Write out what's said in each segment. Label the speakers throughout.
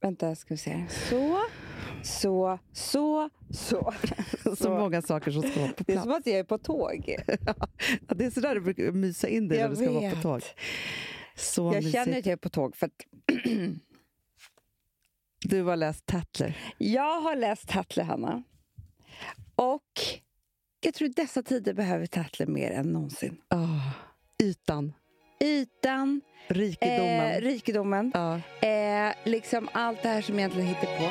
Speaker 1: Vänta, ska vi se. Så, så, så, så.
Speaker 2: Så, många saker som ska vara på
Speaker 1: Det är som
Speaker 2: plats.
Speaker 1: att jag är på tåg.
Speaker 2: Ja, det är sådär du brukar mysa in dig när
Speaker 1: Jag
Speaker 2: du ska vara på
Speaker 1: vet.
Speaker 2: tåg. Så
Speaker 1: Jag
Speaker 2: mysigt.
Speaker 1: känner att jag är på tåg för att
Speaker 2: Du har läst Tatler.
Speaker 1: jag har läst Tatler, Hanna. Och jag tror dessa tider behöver Tatler mer än någonsin.
Speaker 2: Ah, ytan,
Speaker 1: Ytan,
Speaker 2: rikedomen.
Speaker 1: eh, rikedomen,
Speaker 2: Ja.
Speaker 1: eh, liksom allt det här som egentligen hittar på.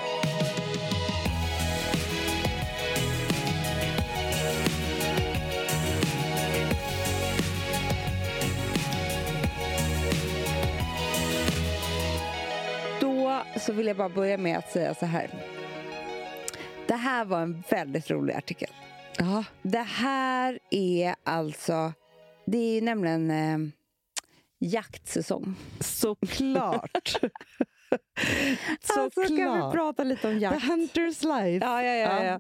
Speaker 1: Då så vill jag bara börja med att säga så här. Det här var en väldigt rolig artikel.
Speaker 2: Ja.
Speaker 1: Det här är alltså... Det är ju nämligen eh, jaktsäsong.
Speaker 2: Såklart.
Speaker 1: Alltså, kan vi
Speaker 2: Såklart.
Speaker 1: prata lite om
Speaker 2: The
Speaker 1: jakt?
Speaker 2: Hunter's Life.
Speaker 1: Ja, ja, ja,
Speaker 2: Ja.
Speaker 1: ja.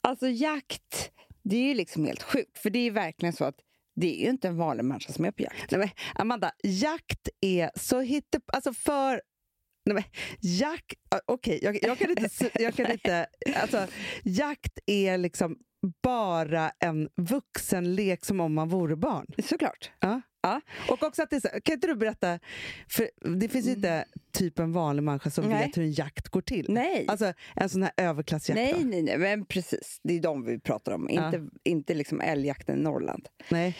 Speaker 1: Alltså jakt, det är ju liksom helt sjukt. För det är ju verkligen så att det är ju inte en vanlig människa som är på jakt.
Speaker 2: Nej, men Amanda, jakt är så hitte... Alltså för... Nej, men, jakt... ah, Okej, jag, jag kan inte... s- Jag kan inte alltså, jakt är liksom bara en vuxenlek som om man vore barn.
Speaker 1: Såklart.
Speaker 2: Ja.
Speaker 1: Ja.
Speaker 2: Och också att det är så, kan inte du berätta, för det finns ju inte typ en vanlig människa som
Speaker 1: Nej.
Speaker 2: vet hur en jakt går till.
Speaker 1: Nej.
Speaker 2: Alltså en sån här överklassjakt. då.
Speaker 1: Nej, nej, nej, men precis. Det är de vi pratar om,
Speaker 2: Ja.
Speaker 1: inte, inte liksom älgjakten i Norrland.
Speaker 2: Nej.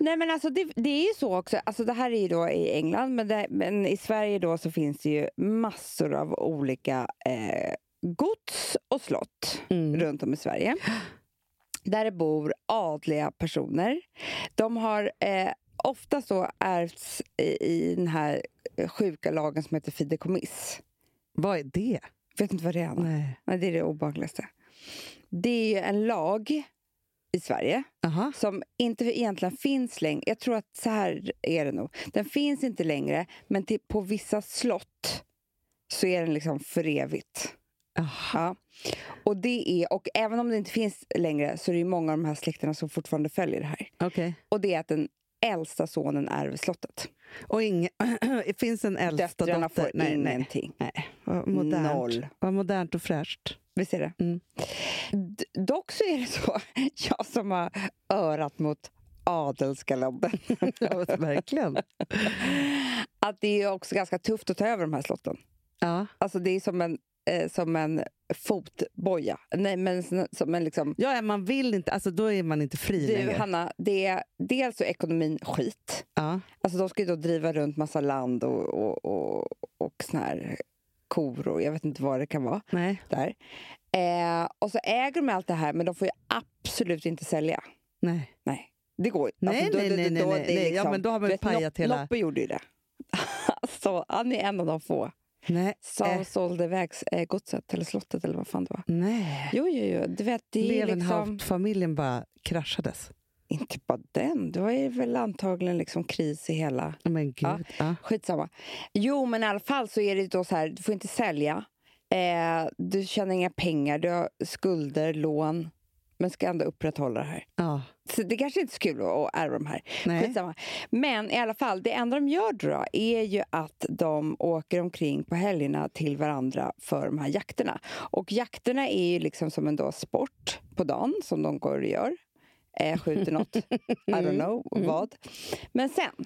Speaker 1: Nej, men alltså det, det är ju så också. Alltså det här är ju då i England, men, det, men i Sverige då så finns det ju massor av olika eh, gods och slott runt om i Sverige. Där det bor adliga personer. De har eh, oftast då ärvts i, i den här eh, sjuka lagen som heter fideikommiss.
Speaker 2: Vad är det?
Speaker 1: Vet inte vad det är, Anna?
Speaker 2: Nej.
Speaker 1: Nej, det är det obehagligaste. Det är ju en lag i Sverige
Speaker 2: Aha.
Speaker 1: som inte egentligen finns längre. Jag tror att så här är det nog. Den finns inte längre, men till, på vissa slott så är den liksom för evigt.
Speaker 2: Aha.
Speaker 1: Ja. Och, det är, och även om det inte finns längre så är det ju många av de här släkterna som fortfarande följer det här.
Speaker 2: Okej.
Speaker 1: Och det är att den äldsta sonen ärver slottet.
Speaker 2: Och inge, finns en äldsta
Speaker 1: Döttrarna
Speaker 2: dotter?
Speaker 1: får ingenting.
Speaker 2: nej. Vad modernt.
Speaker 1: Noll.
Speaker 2: Vad modernt och fräscht.
Speaker 1: Visst är det?
Speaker 2: Mm.
Speaker 1: D- dock så är det så, jag som har örat mot adelsgaloppen,
Speaker 2: Ja, verkligen.
Speaker 1: att det är också ganska tufft att ta över de här slotten.
Speaker 2: Ja.
Speaker 1: Alltså det är som en, eh, som en fotboja. Nej, men sn- som en liksom...
Speaker 2: ja, ja, man vill inte. Alltså, då är man inte fri
Speaker 1: Du,
Speaker 2: längre.
Speaker 1: Hanna, det är, dels så är ekonomin skit.
Speaker 2: Ja.
Speaker 1: Alltså de ska ju då driva runt massa land och, och, och, och såna här kor och jag vet inte vad det kan vara
Speaker 2: Nej.
Speaker 1: där. Eh, och så äger de allt det här, men de får ju absolut inte sälja.
Speaker 2: Nej.
Speaker 1: Nej, det går ju
Speaker 2: Nej,
Speaker 1: Alltså, då-
Speaker 2: nej,
Speaker 1: då-
Speaker 2: nej,
Speaker 1: då-
Speaker 2: nej,
Speaker 1: det är liksom-
Speaker 2: nej. Ja, men då har man
Speaker 1: du vet,
Speaker 2: pajat
Speaker 1: Lop-
Speaker 2: hela-
Speaker 1: Loppe gjorde ju det. alltså, han är en av de få
Speaker 2: Nej.
Speaker 1: som
Speaker 2: Eh.
Speaker 1: sålde vägs, eh, godset eller slottet eller vad fan det var.
Speaker 2: nej.
Speaker 1: Jo, jo, jo. Du vet, det är liksom...
Speaker 2: Levenhaupt-familjen bara kraschades.
Speaker 1: Inte bara den. Det var ju väl antagligen liksom kris i hela...
Speaker 2: Ja, Men gud.
Speaker 1: Ja.
Speaker 2: Ja.
Speaker 1: Skitsamma. Jo, men i alla fall så är det då så här, du får inte sälja. Eh, du tjänar inga pengar, du har skulder, lån. Men ska ändå upprätthålla det här.
Speaker 2: Ja.
Speaker 1: Så det kanske inte är så kul att, att ärva de här.
Speaker 2: Nej.
Speaker 1: Skitsamma. Men i alla fall, det enda de gör då är ju att de åker omkring på helgerna till varandra för de här jakterna. Och jakterna är ju liksom som en då sport på dagen som de går och gör. Eh, skjuter något, I don't know
Speaker 2: Mm.
Speaker 1: vad. Men sen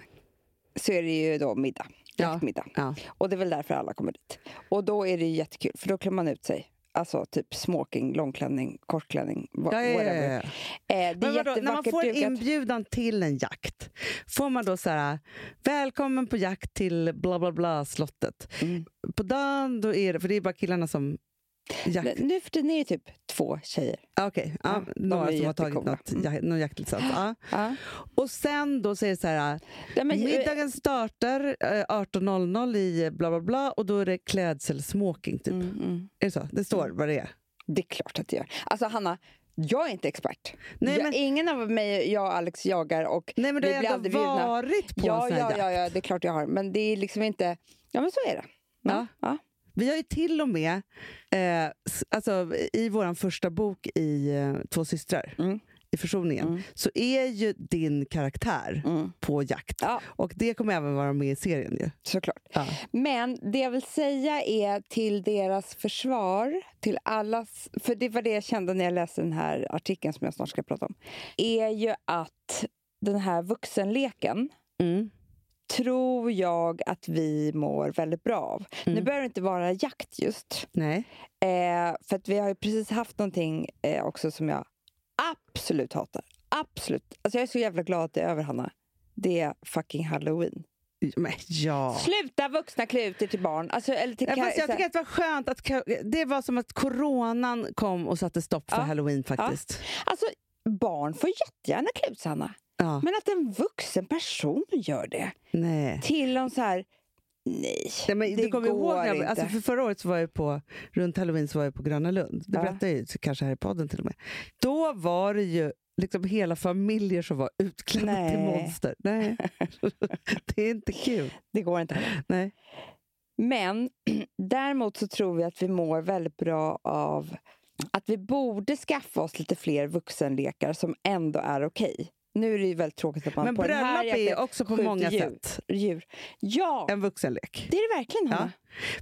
Speaker 1: så är det ju då middag,
Speaker 2: Ja.
Speaker 1: jaktmiddag.
Speaker 2: Ja.
Speaker 1: Och det är väl därför alla kommer dit. Och då är det ju jättekul, för då klär man ut sig. Alltså typ smoking, långklänning, kortklänning, wha-
Speaker 2: Ja, ja, ja,
Speaker 1: whatever.
Speaker 2: ja.
Speaker 1: Eh, det är
Speaker 2: Men vadå,
Speaker 1: jättevackert
Speaker 2: när man får en
Speaker 1: dukat.
Speaker 2: inbjudan till en jakt, får man då så här, välkommen på jakt till bla bla bla slottet.
Speaker 1: Mm.
Speaker 2: På dagen, då är det, för det är bara killarna som jakt...
Speaker 1: Men Nu för tiden är det typ två tjejer.
Speaker 2: Ah, Okej, ja,
Speaker 1: Ja, de
Speaker 2: några
Speaker 1: är
Speaker 2: som har tagit
Speaker 1: jättekola.
Speaker 2: något, ja, någon jaktlicens. Ja.
Speaker 1: Ja.
Speaker 2: Och sen då säger det så här,
Speaker 1: Nej, men, eh,
Speaker 2: middagen startar eh, 18.00 i bla bla bla och då är det klädselsmoking typ.
Speaker 1: Mm, mm.
Speaker 2: Är det så? Det står vad det är.
Speaker 1: Det är klart att det gör. Alltså Hanna, jag är inte expert.
Speaker 2: Nej,
Speaker 1: jag,
Speaker 2: men-
Speaker 1: ingen av mig, jag och Alex jagar och
Speaker 2: Nej men du
Speaker 1: vi
Speaker 2: har
Speaker 1: blir
Speaker 2: ändå
Speaker 1: aldrig bjudna.
Speaker 2: varit på en
Speaker 1: Ja,
Speaker 2: sån här
Speaker 1: ja,
Speaker 2: jakt.
Speaker 1: ja, ja, det är klart jag har. Men det är liksom inte... Ja, men så är det.
Speaker 2: Ja.
Speaker 1: ja.
Speaker 2: Vi har ju till och med, eh, s- alltså, i vår första bok i eh, Två systrar,
Speaker 1: Mm.
Speaker 2: i försoningen
Speaker 1: Mm.
Speaker 2: så är ju din karaktär
Speaker 1: Mm.
Speaker 2: på jakt.
Speaker 1: Ja.
Speaker 2: Och det kommer även vara med i serien. Ju.
Speaker 1: Såklart.
Speaker 2: Ja.
Speaker 1: Men det jag vill säga är till deras försvar, till allas... För det var det jag kände när jag läste den här artikeln som jag snart ska prata om. Är ju att den här vuxenleken
Speaker 2: Mm.
Speaker 1: tror jag att vi mår väldigt bra av. Nu
Speaker 2: Mm.
Speaker 1: behöver det inte vara jakt just.
Speaker 2: Nej.
Speaker 1: Eh, för att vi har ju precis haft någonting eh, också som jag absolut hatar. Absolut. Alltså jag är så jävla glad att det är över, Hanna. Det är fucking halloween.
Speaker 2: Men, ja.
Speaker 1: Sluta vuxna klä ut er till barn. Alltså, eller till
Speaker 2: Ja,
Speaker 1: ka-
Speaker 2: fast jag
Speaker 1: så här-
Speaker 2: tycker att det var skönt att det var som att coronan kom och satte stopp för
Speaker 1: Ja.
Speaker 2: halloween faktiskt.
Speaker 1: Alltså, barn får jättegärna klä ut sig, Hanna.
Speaker 2: Ja.
Speaker 1: Men att en vuxen person gör det
Speaker 2: Nej.
Speaker 1: till någon så här... Nej,
Speaker 2: Nej, men
Speaker 1: det
Speaker 2: du kommer ihåg
Speaker 1: går
Speaker 2: när, jag-
Speaker 1: inte.
Speaker 2: alltså för förra året så var jag på, runt halloween så var jag på Gröna Lund. Det
Speaker 1: Ja.
Speaker 2: berättade jag ju kanske här i podden till och med. Då var det ju liksom hela familjer som var utklädda till
Speaker 1: Nej.
Speaker 2: monster. Nej. det är inte kul.
Speaker 1: det går inte. Hanna.
Speaker 2: Nej.
Speaker 1: Men däremot så tror jag att vi mår väldigt bra av att vi borde skaffa oss lite fler vuxenlekar som ändå är okej. Nu är det ju väldigt tråkigt att man
Speaker 2: Men
Speaker 1: på den här
Speaker 2: bröllop är ju
Speaker 1: jakten
Speaker 2: också på
Speaker 1: skjuter
Speaker 2: många
Speaker 1: djur.
Speaker 2: sätt
Speaker 1: djur. Ja,
Speaker 2: en vuxenlek.
Speaker 1: det är det verkligen,
Speaker 2: Ja.
Speaker 1: Hanna.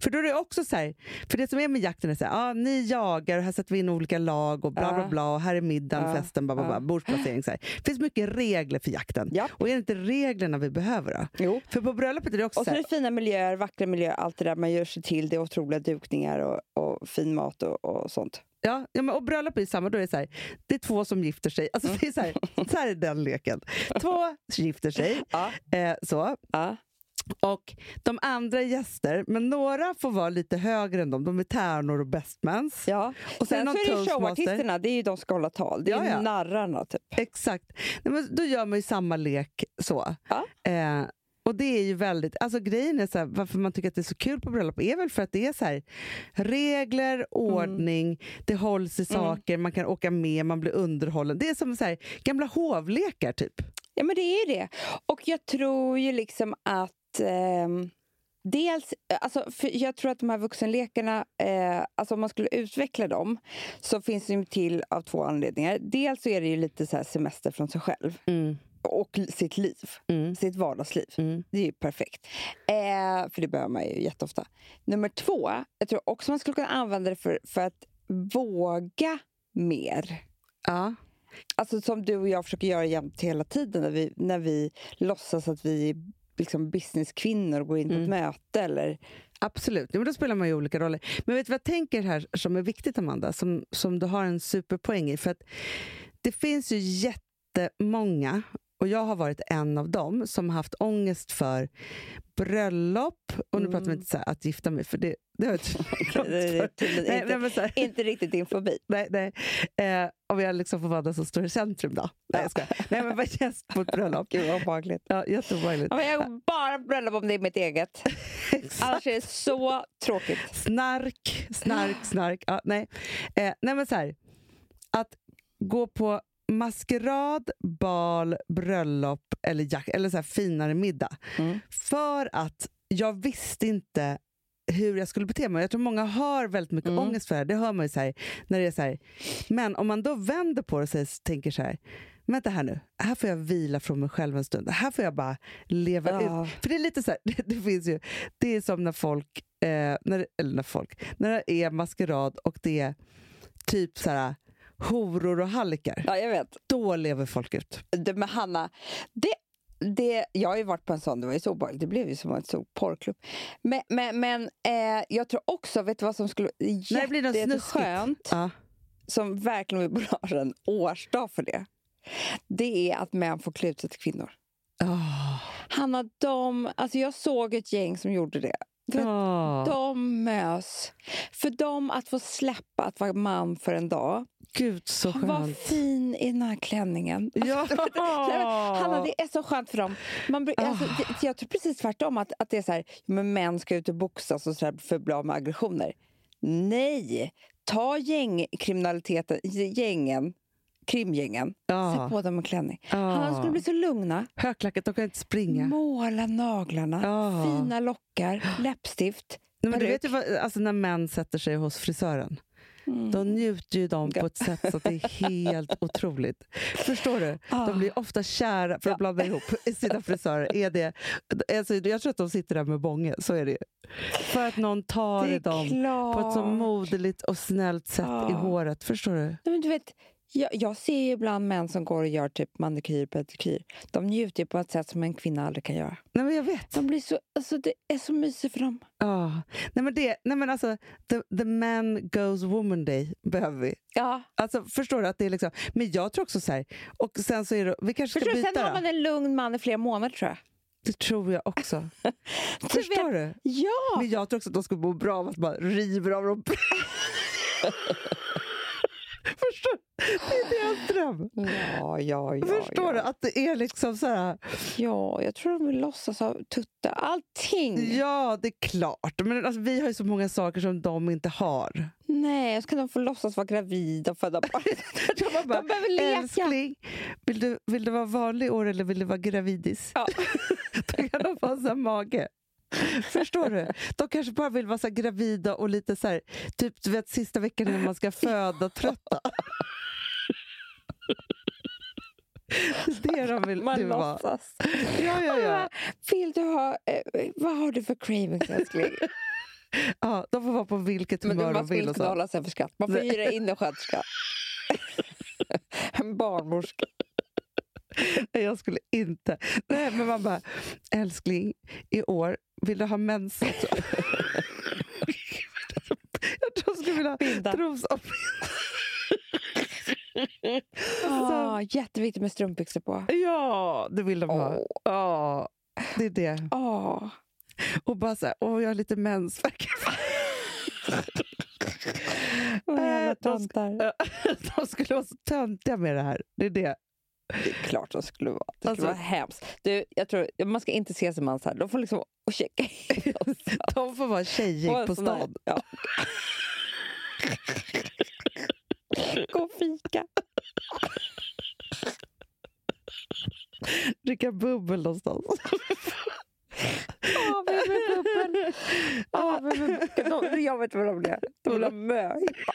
Speaker 2: För då är det också så här, för det som är med jakten är så här, ah, ni jagar och här sätter vi in olika lag och bla
Speaker 1: Ja.
Speaker 2: bla bla och här är middagen,
Speaker 1: Ja.
Speaker 2: festen, bla bla bla,
Speaker 1: Ja.
Speaker 2: bordsplacering. Så här. Det finns mycket regler för jakten.
Speaker 1: Ja.
Speaker 2: Och är det inte reglerna vi behöver då?
Speaker 1: Jo.
Speaker 2: För på bröllopet är det också
Speaker 1: Och så
Speaker 2: så
Speaker 1: är
Speaker 2: här,
Speaker 1: det fina miljöer, vackra miljöer, allt det där man gör sig till. Det är otroliga dukningar och, och fin mat och, och sånt.
Speaker 2: Ja, ja men, och bröllop är ju samma. Då är det, så här, det är två som gifter sig. Alltså, det är så, här,
Speaker 1: Mm.
Speaker 2: så här är den leken. Två gifter sig.
Speaker 1: Ja.
Speaker 2: Eh, så.
Speaker 1: Ja.
Speaker 2: Och De andra är gäster, men några får vara lite högre än dem. De är tärnor och bestmans.
Speaker 1: Ja.
Speaker 2: Och
Speaker 1: Sen
Speaker 2: någon
Speaker 1: så är det ju
Speaker 2: toastmaster.
Speaker 1: showartisterna, det är ju de som ska hålla tal. Det är
Speaker 2: Ja, ja.
Speaker 1: ju narrarna, typ.
Speaker 2: Exakt. Nej, men då gör man ju samma lek så.
Speaker 1: Ja.
Speaker 2: Eh, och det är ju väldigt, alltså grejen är så här, varför man tycker att det är så kul på bröllop är väl för att det är så här, regler, ordning, det hålls i saker, man kan åka med, man blir underhållen. Det är som så här, gamla hovlekar typ.
Speaker 1: Ja, men det är ju det. Och jag tror ju liksom att... ehm, dels, alltså, för jag tror att de här vuxenlekarna, eh, alltså om man skulle utveckla dem så finns de ju till av två anledningar. Dels så är det ju lite så här semester från sig själv och l- sitt liv, sitt vardagsliv. Det är ju perfekt. Eh, för det behöver man ju jätteofta. Nummer två, jag tror också man skulle kunna använda det för, för att våga mer.
Speaker 2: Ja.
Speaker 1: Alltså som du och jag försöker göra jämt hela tiden när vi, när vi låtsas att vi är liksom businesskvinnor och går in på ett
Speaker 2: Mm.
Speaker 1: möte. Eller,
Speaker 2: Absolut, ja, men då spelar man ju olika roller. Men vet du vad jag tänker här som är viktigt Amanda, som, som du har en superpoäng i? För att det finns ju jättemånga, och jag har varit en av dem, som har haft ångest för bröllop, och nu pratar vi
Speaker 1: Mm.
Speaker 2: inte så här, att gifta mig, för det, det har jag
Speaker 1: det är
Speaker 2: inte
Speaker 1: tydligen
Speaker 2: Nej,
Speaker 1: eh,
Speaker 2: nej,
Speaker 1: inte,
Speaker 2: men så här,
Speaker 1: inte riktigt din fobi.
Speaker 2: nej, nej. Eh, om jag liksom får vara den som står i centrum då. Nej, jag skojar. Nej, men vara gäst på ett bröllop.
Speaker 1: Gud vad obehagligt.
Speaker 2: Ja, jätteobehagligt.
Speaker 1: Ja, men jag går bara på bröllop om det är mitt eget.
Speaker 2: Exakt.
Speaker 1: Annars är det så tråkigt.
Speaker 2: Snark, snark, snark. Ja, nej. Eh, nej, men så här. Att gå på maskerad, bal, bröllop eller, jack, eller så här finare middag.
Speaker 1: Mm.
Speaker 2: För att jag visste inte hur jag skulle bete mig. Jag tror många har väldigt mycket
Speaker 1: Mm.
Speaker 2: ångest för det här. Det hör man ju så här, när det är så här. Men om man då vänder på det och säger, tänker så här. Vänta här nu, här får jag vila från mig själv en stund. Här får jag bara leva ut
Speaker 1: Ja.
Speaker 2: för det är lite så här, det, det finns ju, det är som när folk, eh, när, det- eller när folk, när det är maskerad och det är typ så här horor och hallickar.
Speaker 1: ja, jag vet.
Speaker 2: Då lever folk ut.
Speaker 1: det med Hanna. Det, det, jag har ju varit på en sån, det var ju så obehagligt. Det blev ju som en stor porrklubb. Men, men, men eh, jag tror också, vet du vad som skulle...
Speaker 2: När det blir något
Speaker 1: jätteskönt,
Speaker 2: Ja.
Speaker 1: som verkligen vi borde ha en årsdag för det. Det är att män får klä ut sig till kvinnor.
Speaker 2: Ah.
Speaker 1: Hanna, de, alltså jag såg ett gäng som gjorde det. För att
Speaker 2: Ah.
Speaker 1: De mös. För dem att få släppa att vara man för en dag.
Speaker 2: Gud så
Speaker 1: Var
Speaker 2: skönt.
Speaker 1: fin i den här klänningen.
Speaker 2: Ja. Ah.
Speaker 1: Nej, men, Hanna, det är så skönt för dem. Man, bru- alltså, det, jag tror precis tvärtom, att, att det är så här, men män ska ut och boxas och så här för att bli av med aggressioner. Nej! Ta gängkriminaliteten, gängen, krimgängen,
Speaker 2: Ja.
Speaker 1: sätt på dem en klänning.
Speaker 2: Ah.
Speaker 1: Hanna, de skulle bli så lugna.
Speaker 2: Högklackat, de kan inte springa.
Speaker 1: Måla naglarna,
Speaker 2: Ja.
Speaker 1: fina lockar, läppstift.
Speaker 2: Nej, men du
Speaker 1: peruk.
Speaker 2: vet ju vad, alltså när män sätter sig hos frisören.
Speaker 3: Mm.
Speaker 4: Då njuter ju de på ett sätt så att det är helt otroligt. Förstår du?
Speaker 3: Ah.
Speaker 4: De blir ofta kära, för att
Speaker 3: Ja.
Speaker 4: blanda ihop, i sina frisörer. Är det, alltså, jag tror att de sitter där med bånge, så är det ju. För att någon tar i dem
Speaker 3: klart.
Speaker 4: på ett så moderligt och snällt sätt i
Speaker 3: Ja.
Speaker 4: håret. Förstår du?
Speaker 3: Nej, men du vet, jag, jag ser ju ibland män som går och gör typ manikyr pedikyr. De njuter ju på ett sätt som en kvinna aldrig kan göra.
Speaker 4: Nej, men jag vet.
Speaker 3: De blir så, alltså, det är så mysigt för dem.
Speaker 4: Ja. Nej, men det, nej, men alltså, the, the man goes woman day behöver vi.
Speaker 3: Ja,
Speaker 4: Alltså, förstår du? att det är liksom, Men jag tror också så här... Och sen så är det, vi kanske ska
Speaker 3: förstår du? Sen
Speaker 4: byta
Speaker 3: har
Speaker 4: då?
Speaker 3: man en lugn man i flera månader tror jag.
Speaker 4: Det tror jag också. förstår du?
Speaker 3: Ja!
Speaker 4: Men jag tror också att de skulle må bra av att man river av dem. förstår du? Det är deras dröm.
Speaker 3: Ja, ja, ja.
Speaker 4: förstår
Speaker 3: ja.
Speaker 4: du? Att det är liksom så här...
Speaker 3: Ja, jag tror de vill låtsas ha tuttar. Allting!
Speaker 4: Ja, det är klart. Men alltså, vi har ju så många saker som de inte har.
Speaker 3: Nej, och så kan de få låtsas vara gravida och föda barn.
Speaker 4: Jag bara,
Speaker 3: de behöver leka.
Speaker 4: Älskling, vill du, vill du vara vanlig i år eller vill du vara gravidis?
Speaker 3: Ja.
Speaker 4: Då kan de få en sån här mage. Förstår du? De kanske bara vill vara så här gravida och lite så här, typ du vet sista veckan när man ska föda trötta. Det är det de vill,
Speaker 3: Man
Speaker 4: du vara.
Speaker 3: låtsas.
Speaker 4: Ja, ja, ja.
Speaker 3: Vill du ha... Eh, vad har du för cravings, älskling?
Speaker 4: ja. De får vara på vilket
Speaker 3: Men du,
Speaker 4: humör de
Speaker 3: man ska
Speaker 4: vill.
Speaker 3: inte
Speaker 4: Och
Speaker 3: kunna
Speaker 4: så.
Speaker 3: hålla sig för skatt. Man får hyra in en sköterska. en barnmorska.
Speaker 4: Nej, Jag skulle inte. Nej, men man bara, älskling, i år, vill du ha mens också? Jag tror jag skulle vilja
Speaker 3: Binda.
Speaker 4: ha tros och
Speaker 3: Ah, jätteviktigt med strumpbyxor på.
Speaker 4: Ja, det vill de ha.
Speaker 3: Åh.
Speaker 4: Ja, det är det.
Speaker 3: Ah.
Speaker 4: Och bara så här, åh, jag har lite mensvärk.
Speaker 3: Åh, jävla
Speaker 4: Äh, de sk-
Speaker 3: tantar.
Speaker 4: De skulle vara så töntiga med det här. Det är det.
Speaker 3: Det är klart de skulle vara. Det skulle
Speaker 4: Alltså-
Speaker 3: vara hemskt. Du, jag tror, man ska inte se som man så här. De får liksom och checka in oss.
Speaker 4: De får vara tjejig
Speaker 3: Och en
Speaker 4: på
Speaker 3: sån här-
Speaker 4: stan.
Speaker 3: Ja. Gå och fika.
Speaker 4: Dricka bubbel någonstans.
Speaker 3: Av med bubbel. Av med bubbel. De- Jag vet vad de vill göra. De vill ha möhippa.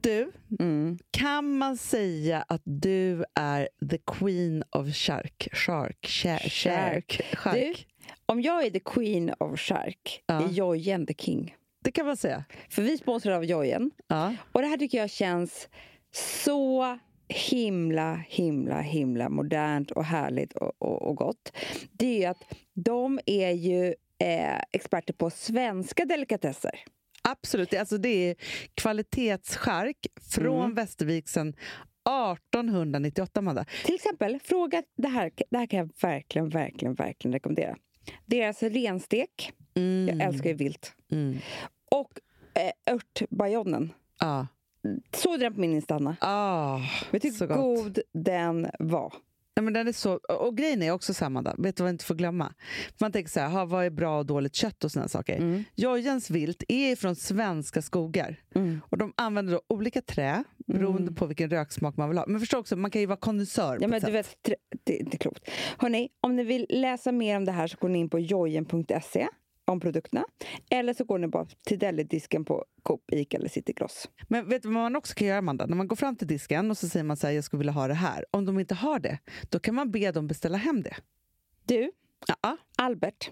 Speaker 2: Du,
Speaker 1: Mm.
Speaker 2: kan man säga att du är the queen of shark? Shark, shark, shark. shark.
Speaker 1: Om jag är the queen of shark,
Speaker 2: Ja.
Speaker 1: är Jojen the king.
Speaker 2: Det kan man säga.
Speaker 1: För vi sponsrar av Jojen.
Speaker 2: Ja.
Speaker 1: Och det här tycker jag känns så himla, himla, himla modernt och härligt och, och, och gott. Det är ju att de är ju eh, experter på svenska delikatesser.
Speaker 2: Absolut. Det- Alltså det är kvalitetsskark från
Speaker 1: Mm.
Speaker 2: Västervik sedan 1898, Amanda.
Speaker 1: Till exempel, fråga, det här, det här kan jag verkligen, verkligen, verkligen rekommendera. Deras renstek, jag älskar ju vilt,
Speaker 2: Mm.
Speaker 1: och eh, örtbajonen.
Speaker 2: Ja.
Speaker 1: Såg du den på min Insta, Anna?
Speaker 2: Ah,
Speaker 1: Vet du
Speaker 2: så
Speaker 1: hur
Speaker 2: gott.
Speaker 1: god den var?
Speaker 2: Ja, men den är så, och och grejen är också samma där. Vet du vad jag inte får glömma? Man tänker så här, ha, vad är bra och dåligt kött och såna saker.
Speaker 1: Mm.
Speaker 2: Jojens vilt är från svenska skogar.
Speaker 1: Mm.
Speaker 2: Och De använder då olika trä beroende på vilken röksmak man vill ha. Men förstå också, man kan ju vara konnässör.
Speaker 1: Ja,
Speaker 2: på
Speaker 1: men
Speaker 2: ett
Speaker 1: du
Speaker 2: sätt.
Speaker 1: vet, tre- det är inte klokt. Hörrni, om ni vill läsa mer om det här så går ni in på jojen.se om produkterna. Eller så går ni bara till delidisken på Coop, Ica eller City Gross.
Speaker 2: Men vet du vad man också kan göra, Amanda? När man går fram till disken och så säger man så här, jag skulle vilja ha det här. Om de inte har det, då kan man be dem beställa hem det.
Speaker 1: Du,
Speaker 2: Ja,
Speaker 1: Albert.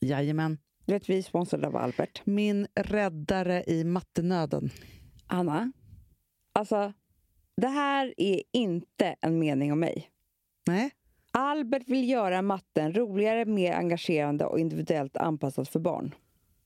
Speaker 2: jajamän.
Speaker 1: Du vet, vi är sponsrade av Albert.
Speaker 2: Min räddare i mattenöden.
Speaker 1: Anna, alltså det här är inte en mening om mig.
Speaker 2: Nej,
Speaker 1: Albert vill göra matten roligare, mer engagerande och individuellt anpassad för barn.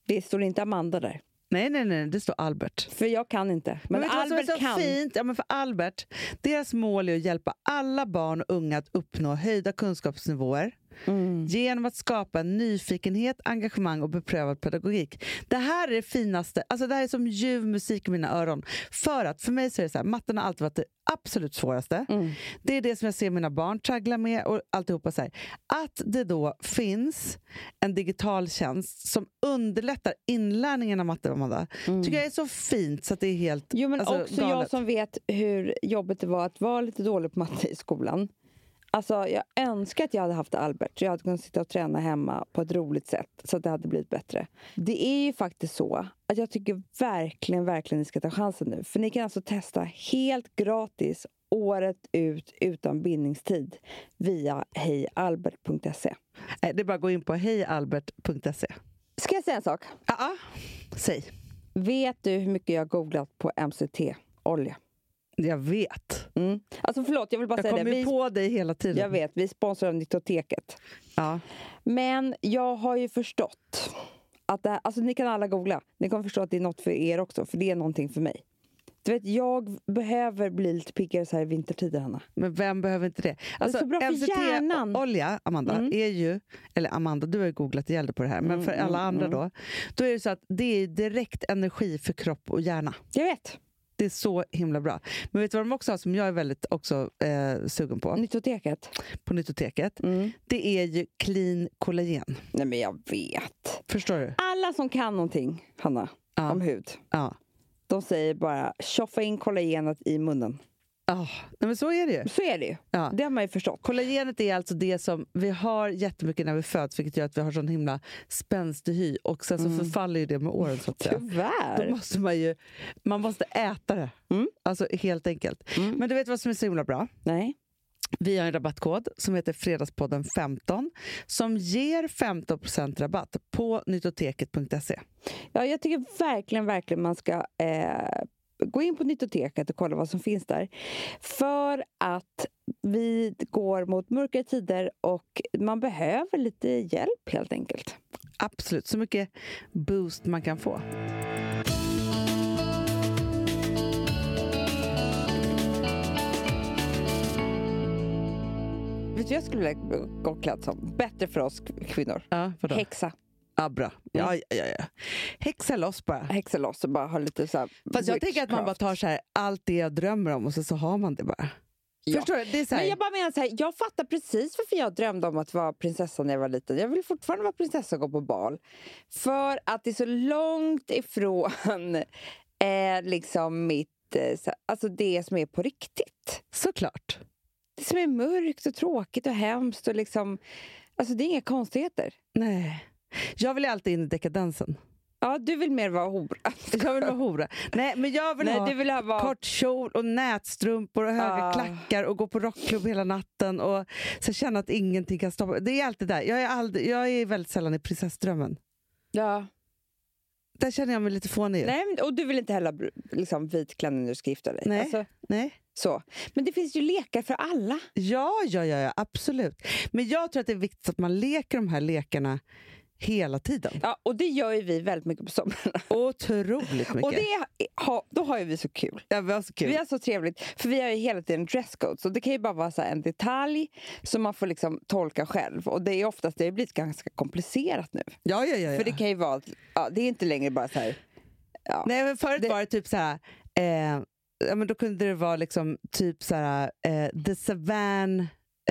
Speaker 1: Det står inte Amanda där,
Speaker 2: nej, nej, nej det står Albert.
Speaker 1: för jag kan inte. Men,
Speaker 2: Men, vet du vad
Speaker 1: Albert
Speaker 2: som är så
Speaker 1: kan.
Speaker 2: fint? Ja, men för Albert, deras mål är att hjälpa alla barn och unga att uppnå höjda kunskapsnivåer
Speaker 1: Mm.
Speaker 2: genom att skapa en nyfikenhet, engagemang och beprövad pedagogik. Det här är det finaste. Alltså det här är som ljuv musik i mina öron. För att för mig så är det så här, matten har alltid varit det absolut svåraste.
Speaker 1: Mm.
Speaker 2: Det är det som jag ser mina barn traggla med och alltihopa. Så här. Att det då finns en digital tjänst som underlättar inlärningen av matte, Amanda,
Speaker 1: Mm.
Speaker 2: tycker jag är så fint så att det är helt
Speaker 1: Jo, men
Speaker 2: Alltså,
Speaker 1: också jag
Speaker 2: galet.
Speaker 1: som vet hur jobbigt det var att vara lite dålig på matte i skolan. Alltså, jag önskar att jag hade haft Albert, så jag hade kunnat sitta och träna hemma på ett roligt sätt, så att det hade blivit bättre. Det är ju faktiskt så att jag tycker verkligen, verkligen ni ska ta chansen nu. För ni kan alltså testa helt gratis, året ut, utan bindningstid, via hejalbert.se.
Speaker 2: Nej, det är bara att gå in på hejalbert.se.
Speaker 1: Ska jag säga en sak?
Speaker 2: Ja, ah, säg.
Speaker 1: Vet du hur mycket jag har googlat på MCT-olja?
Speaker 2: Jag vet.
Speaker 1: Mm. Alltså förlåt, jag vill bara
Speaker 2: Jag
Speaker 1: säga det.
Speaker 2: kommer ju
Speaker 1: Vi
Speaker 2: på dig hela tiden.
Speaker 1: Jag vet, vi sponsrar Nyttoteket.
Speaker 2: Ja.
Speaker 1: Men jag har ju förstått att det här, alltså ni kan alla googla. Ni kommer förstå att det är något för er också, för det är någonting för mig. Du vet, jag behöver bli lite piggare så här i vintertider, Hanna.
Speaker 2: Men vem behöver inte det? Alltså,
Speaker 1: så bra för hjärnan.
Speaker 2: olja Amanda,
Speaker 1: Mm.
Speaker 2: är ju... Eller Amanda, du har ju googlat ihjäl dig på det här. Men
Speaker 1: Mm,
Speaker 2: för alla
Speaker 1: mm,
Speaker 2: andra
Speaker 1: mm.
Speaker 2: då. Då är det så att det är direkt energi för kropp och hjärna.
Speaker 1: Jag vet!
Speaker 2: Det är så himla bra. Men vet du vad de också har som jag är väldigt också, eh, sugen på?
Speaker 1: Nyttoteket.
Speaker 2: På Nyttoteket.
Speaker 1: Mm.
Speaker 2: Det är ju clean kollagen.
Speaker 1: Nej, men jag vet.
Speaker 2: Förstår du?
Speaker 1: Alla som kan någonting, Hanna,
Speaker 2: Ja.
Speaker 1: om hud,
Speaker 2: Ja.
Speaker 1: de säger bara tjoffa in kollagenet i munnen.
Speaker 2: Ah, nej men så är det ju.
Speaker 1: Så är det ju.
Speaker 2: Ja.
Speaker 1: Det har man ju förstått.
Speaker 2: Kollagenet är alltså det som vi har jättemycket när vi föds vilket gör att vi har sån himla spänstig hy och sen så förfaller ju det med åren. Så att säga. Då
Speaker 1: Tyvärr.
Speaker 2: måste man ju man måste äta det.
Speaker 1: Mm.
Speaker 2: Alltså helt enkelt.
Speaker 1: Mm.
Speaker 2: Men du vet vad som är så himla bra?
Speaker 1: Nej.
Speaker 2: Vi har en rabattkod som heter Fredagspodden15 som ger 15% rabatt på nyttoteket.se.
Speaker 1: Ja, jag tycker verkligen, verkligen man ska eh, gå in på Nyttoteket och kolla vad som finns där. För att vi går mot mörkare tider och man behöver lite hjälp helt enkelt.
Speaker 2: Absolut, så mycket boost man kan få.
Speaker 1: Vet du, jag skulle vilja gå klädd som bättre för oss kvinnor.
Speaker 2: Ja, vadå?
Speaker 1: Häxa,
Speaker 2: ja bra. Ja, ja, ja, ja. Mm. Häxa loss bara.
Speaker 1: häxa loss och bara ha lite så här
Speaker 2: Fast jag tänker att man bara
Speaker 1: witchcraft.
Speaker 2: tar så här, allt det jag drömmer om och så, så har man det bara.
Speaker 1: Ja.
Speaker 2: Förstår du? Det är så här,
Speaker 1: Men jag bara menar så här, jag fattar precis varför jag drömde om att vara prinsessa när jag var liten. Jag vill fortfarande vara prinsessa och gå på bal. För att det är så långt ifrån eh, liksom mitt, eh, så- alltså det som är på riktigt.
Speaker 2: Såklart.
Speaker 1: Det som är mörkt och tråkigt och hemskt och liksom, alltså det är inga konstigheter.
Speaker 2: Nej. Jag vill ju alltid in i dekadansen.
Speaker 1: Ja, du vill mer vara hora.
Speaker 2: Jag vill vara hora. Nej, men jag vill
Speaker 1: Nej,
Speaker 2: ha
Speaker 1: du vill ha vara...
Speaker 2: kort kjol och nätstrumpor och höga
Speaker 1: Ah.
Speaker 2: klackar och gå på rockklubb hela natten och så känna att ingenting kan stoppa Det är alltid där. Jag är, aldrig, jag är väldigt sällan i prinsessdrömmen.
Speaker 1: Ja.
Speaker 2: Där känner jag mig lite fånig. ju.
Speaker 1: Nej, men- och du vill inte heller ha br- liksom, vit klänning när du ska gifta dig.
Speaker 2: Nej.
Speaker 1: Alltså,
Speaker 2: Nej.
Speaker 1: så. Men det finns ju lekar för alla.
Speaker 2: Ja, ja, ja, ja, absolut. Men jag tror att det är viktigt att man leker de här lekarna hela tiden.
Speaker 1: Ja, och det gör ju vi väldigt mycket på sommaren.
Speaker 2: Otroligt mycket.
Speaker 1: Och det är, ha, då har ju vi så kul.
Speaker 2: ja, men alltså, kul.
Speaker 1: Vi har så trevligt, för vi har ju hela tiden dresscode. Så det kan ju bara vara så här en detalj som man får liksom tolka själv. Och det är oftast, det har ju blivit ganska komplicerat nu.
Speaker 2: Ja, ja, ja, ja.
Speaker 1: För det kan ju vara, att- ja, det är inte längre bara så här. Ja.
Speaker 2: Nej, men förut
Speaker 1: Det-
Speaker 2: var det typ så här... Eh, ja, men då kunde det vara liksom typ så här... Eh, the Savan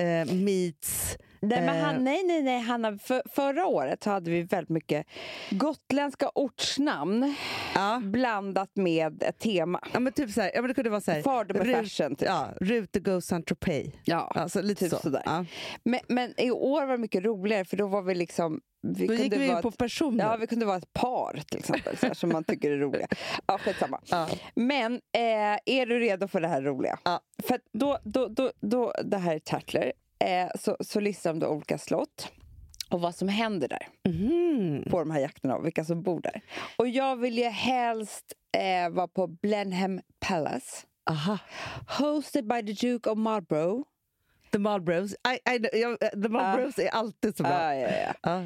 Speaker 2: eh, meets...
Speaker 1: Nej, men
Speaker 2: Eh.
Speaker 1: han, nej, nej, nej Hanna, för, förra året så hade vi väldigt mycket gotländska ortsnamn
Speaker 2: Ja,
Speaker 1: blandat med ett tema.
Speaker 2: ja men typ så här... Ja, men det kunde vara så här...
Speaker 1: Fardum med
Speaker 2: Rut-
Speaker 1: fashion, typ.
Speaker 2: Ja, Rute Goes Saint Tropez.
Speaker 1: Ja.
Speaker 2: Alltså lite
Speaker 1: Typ
Speaker 2: så.
Speaker 1: sådär.
Speaker 2: Ja.
Speaker 1: Men, men i år var det mycket roligare, för då var vi liksom... Vi
Speaker 2: Då gick
Speaker 1: kunde
Speaker 2: vi in
Speaker 1: vara
Speaker 2: på
Speaker 1: ett,
Speaker 2: personer.
Speaker 1: Ja, vi kunde vara ett par till exempel, så här, som man tycker är roliga. Ja, skitsamma.
Speaker 2: Ja.
Speaker 1: Men eh, är du redo för det här roliga?
Speaker 2: Ja.
Speaker 1: För att då, då, då, då, det här är Tatler, eh, så, så listar de då olika slott och vad som händer där
Speaker 2: Mhm.
Speaker 1: på de här jakterna och vilka som bor där. Och jag vill ju helst eh, vara på Blenheim Palace,
Speaker 2: Aha.
Speaker 1: hosted by the Duke of Marlborough.
Speaker 2: The Marlboros. I, I, jag, the Marlboros
Speaker 1: Ah.
Speaker 2: är alltid så
Speaker 1: Ja,
Speaker 2: bra.
Speaker 1: ja, ja.
Speaker 2: Ja.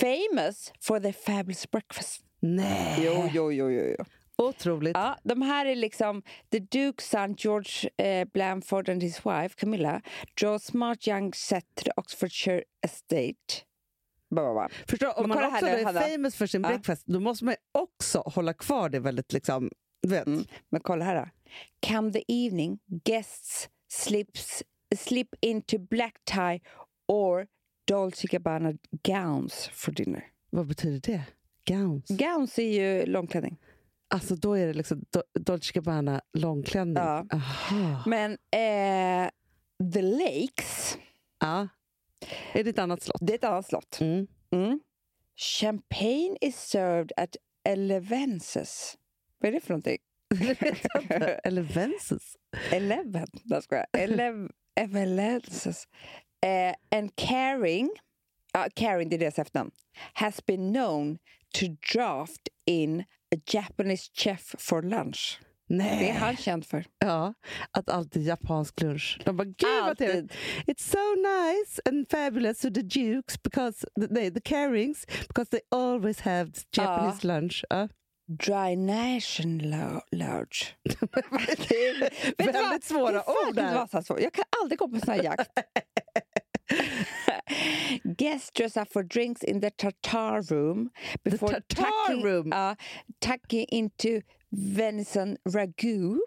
Speaker 1: Famous for their fabulous breakfast.
Speaker 2: Nej.
Speaker 1: Jo, jo, jo, jo. jo.
Speaker 2: Otroligt.
Speaker 1: Ja, de här är liksom the Duke's son George eh, Blanford and his wife Camilla draw smart young set to the Oxfordshire estate. Ba, ba, ba.
Speaker 2: Förstår, du, om
Speaker 1: Men
Speaker 2: man
Speaker 1: kolla
Speaker 2: också
Speaker 1: här nu,
Speaker 2: då är
Speaker 1: Hanna.
Speaker 2: famous för sin
Speaker 1: Ja.
Speaker 2: breakfast, då måste man ju också hålla kvar det väldigt liksom... Du vet.
Speaker 1: Mm. Men kolla här då. Come the evening, guests slips, slip into black tie or Dolce Gabbana gowns for dinner.
Speaker 2: Vad betyder det? Gowns?
Speaker 1: Gowns är ju långklänning.
Speaker 2: Alltså då är det liksom Do- Dolce Gabbana långklänning.
Speaker 1: Ja. Mm.
Speaker 2: Aha.
Speaker 1: Men eh, the lakes,
Speaker 2: Ja. Är det ett annat slott?
Speaker 1: det är ett annat slott.
Speaker 2: Mm.
Speaker 1: Mm. Champagne is served at elevenses. Vad är det för någonting?
Speaker 2: Eller Vences?
Speaker 1: Eleven? Nej, jag skojar. Elev- Elevenses. Eh, and caring, ja, caring det är deras efternamn, has been known to draft in a Japanese chef for lunch. Det är
Speaker 2: Nej.
Speaker 1: han känd för.
Speaker 2: Ja. Att alltid japansk lunch. De bara, gud vad trevligt.
Speaker 1: Alltid.
Speaker 2: It's so nice and fabulous to the Dukes, because, nej, the Carings, because they always have this Japanese lunch. Ja.
Speaker 1: Dry Nation Lo- Lodge. Det är- vet du vad?
Speaker 2: Väldigt svåra
Speaker 1: det får
Speaker 2: ord
Speaker 1: inte
Speaker 2: där.
Speaker 1: vara så här svårt. Jag kan aldrig gå på sån här jakt. Guests dress up for drinks in the tartar room before
Speaker 2: tartar
Speaker 1: tucking,
Speaker 2: room.
Speaker 1: ja, tucking into venison ragu.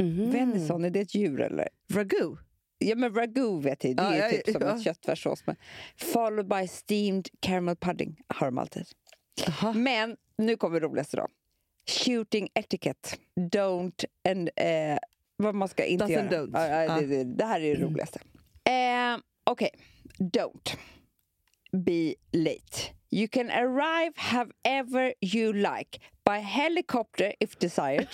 Speaker 2: Mhm.
Speaker 1: Venison, är det ett djur eller?
Speaker 2: Ragu.
Speaker 1: Ja, men ragu vet jag, det
Speaker 2: Ja,
Speaker 1: är
Speaker 2: ja,
Speaker 1: ju typ som
Speaker 2: ja.
Speaker 1: en köttfärssås. Men followed by steamed caramel pudding har de alltid.
Speaker 2: Aha.
Speaker 1: Men nu kommer det roligaste då. Shooting etiquette. Don't and... Eh, vad man ska inte
Speaker 2: Does
Speaker 1: göra.
Speaker 2: and don't.
Speaker 1: Ja, ja,
Speaker 2: Ja.
Speaker 1: det, det, det här är det roligaste. Eh, Okej. Don't be late. You can arrive however you like. By helicopter if desired.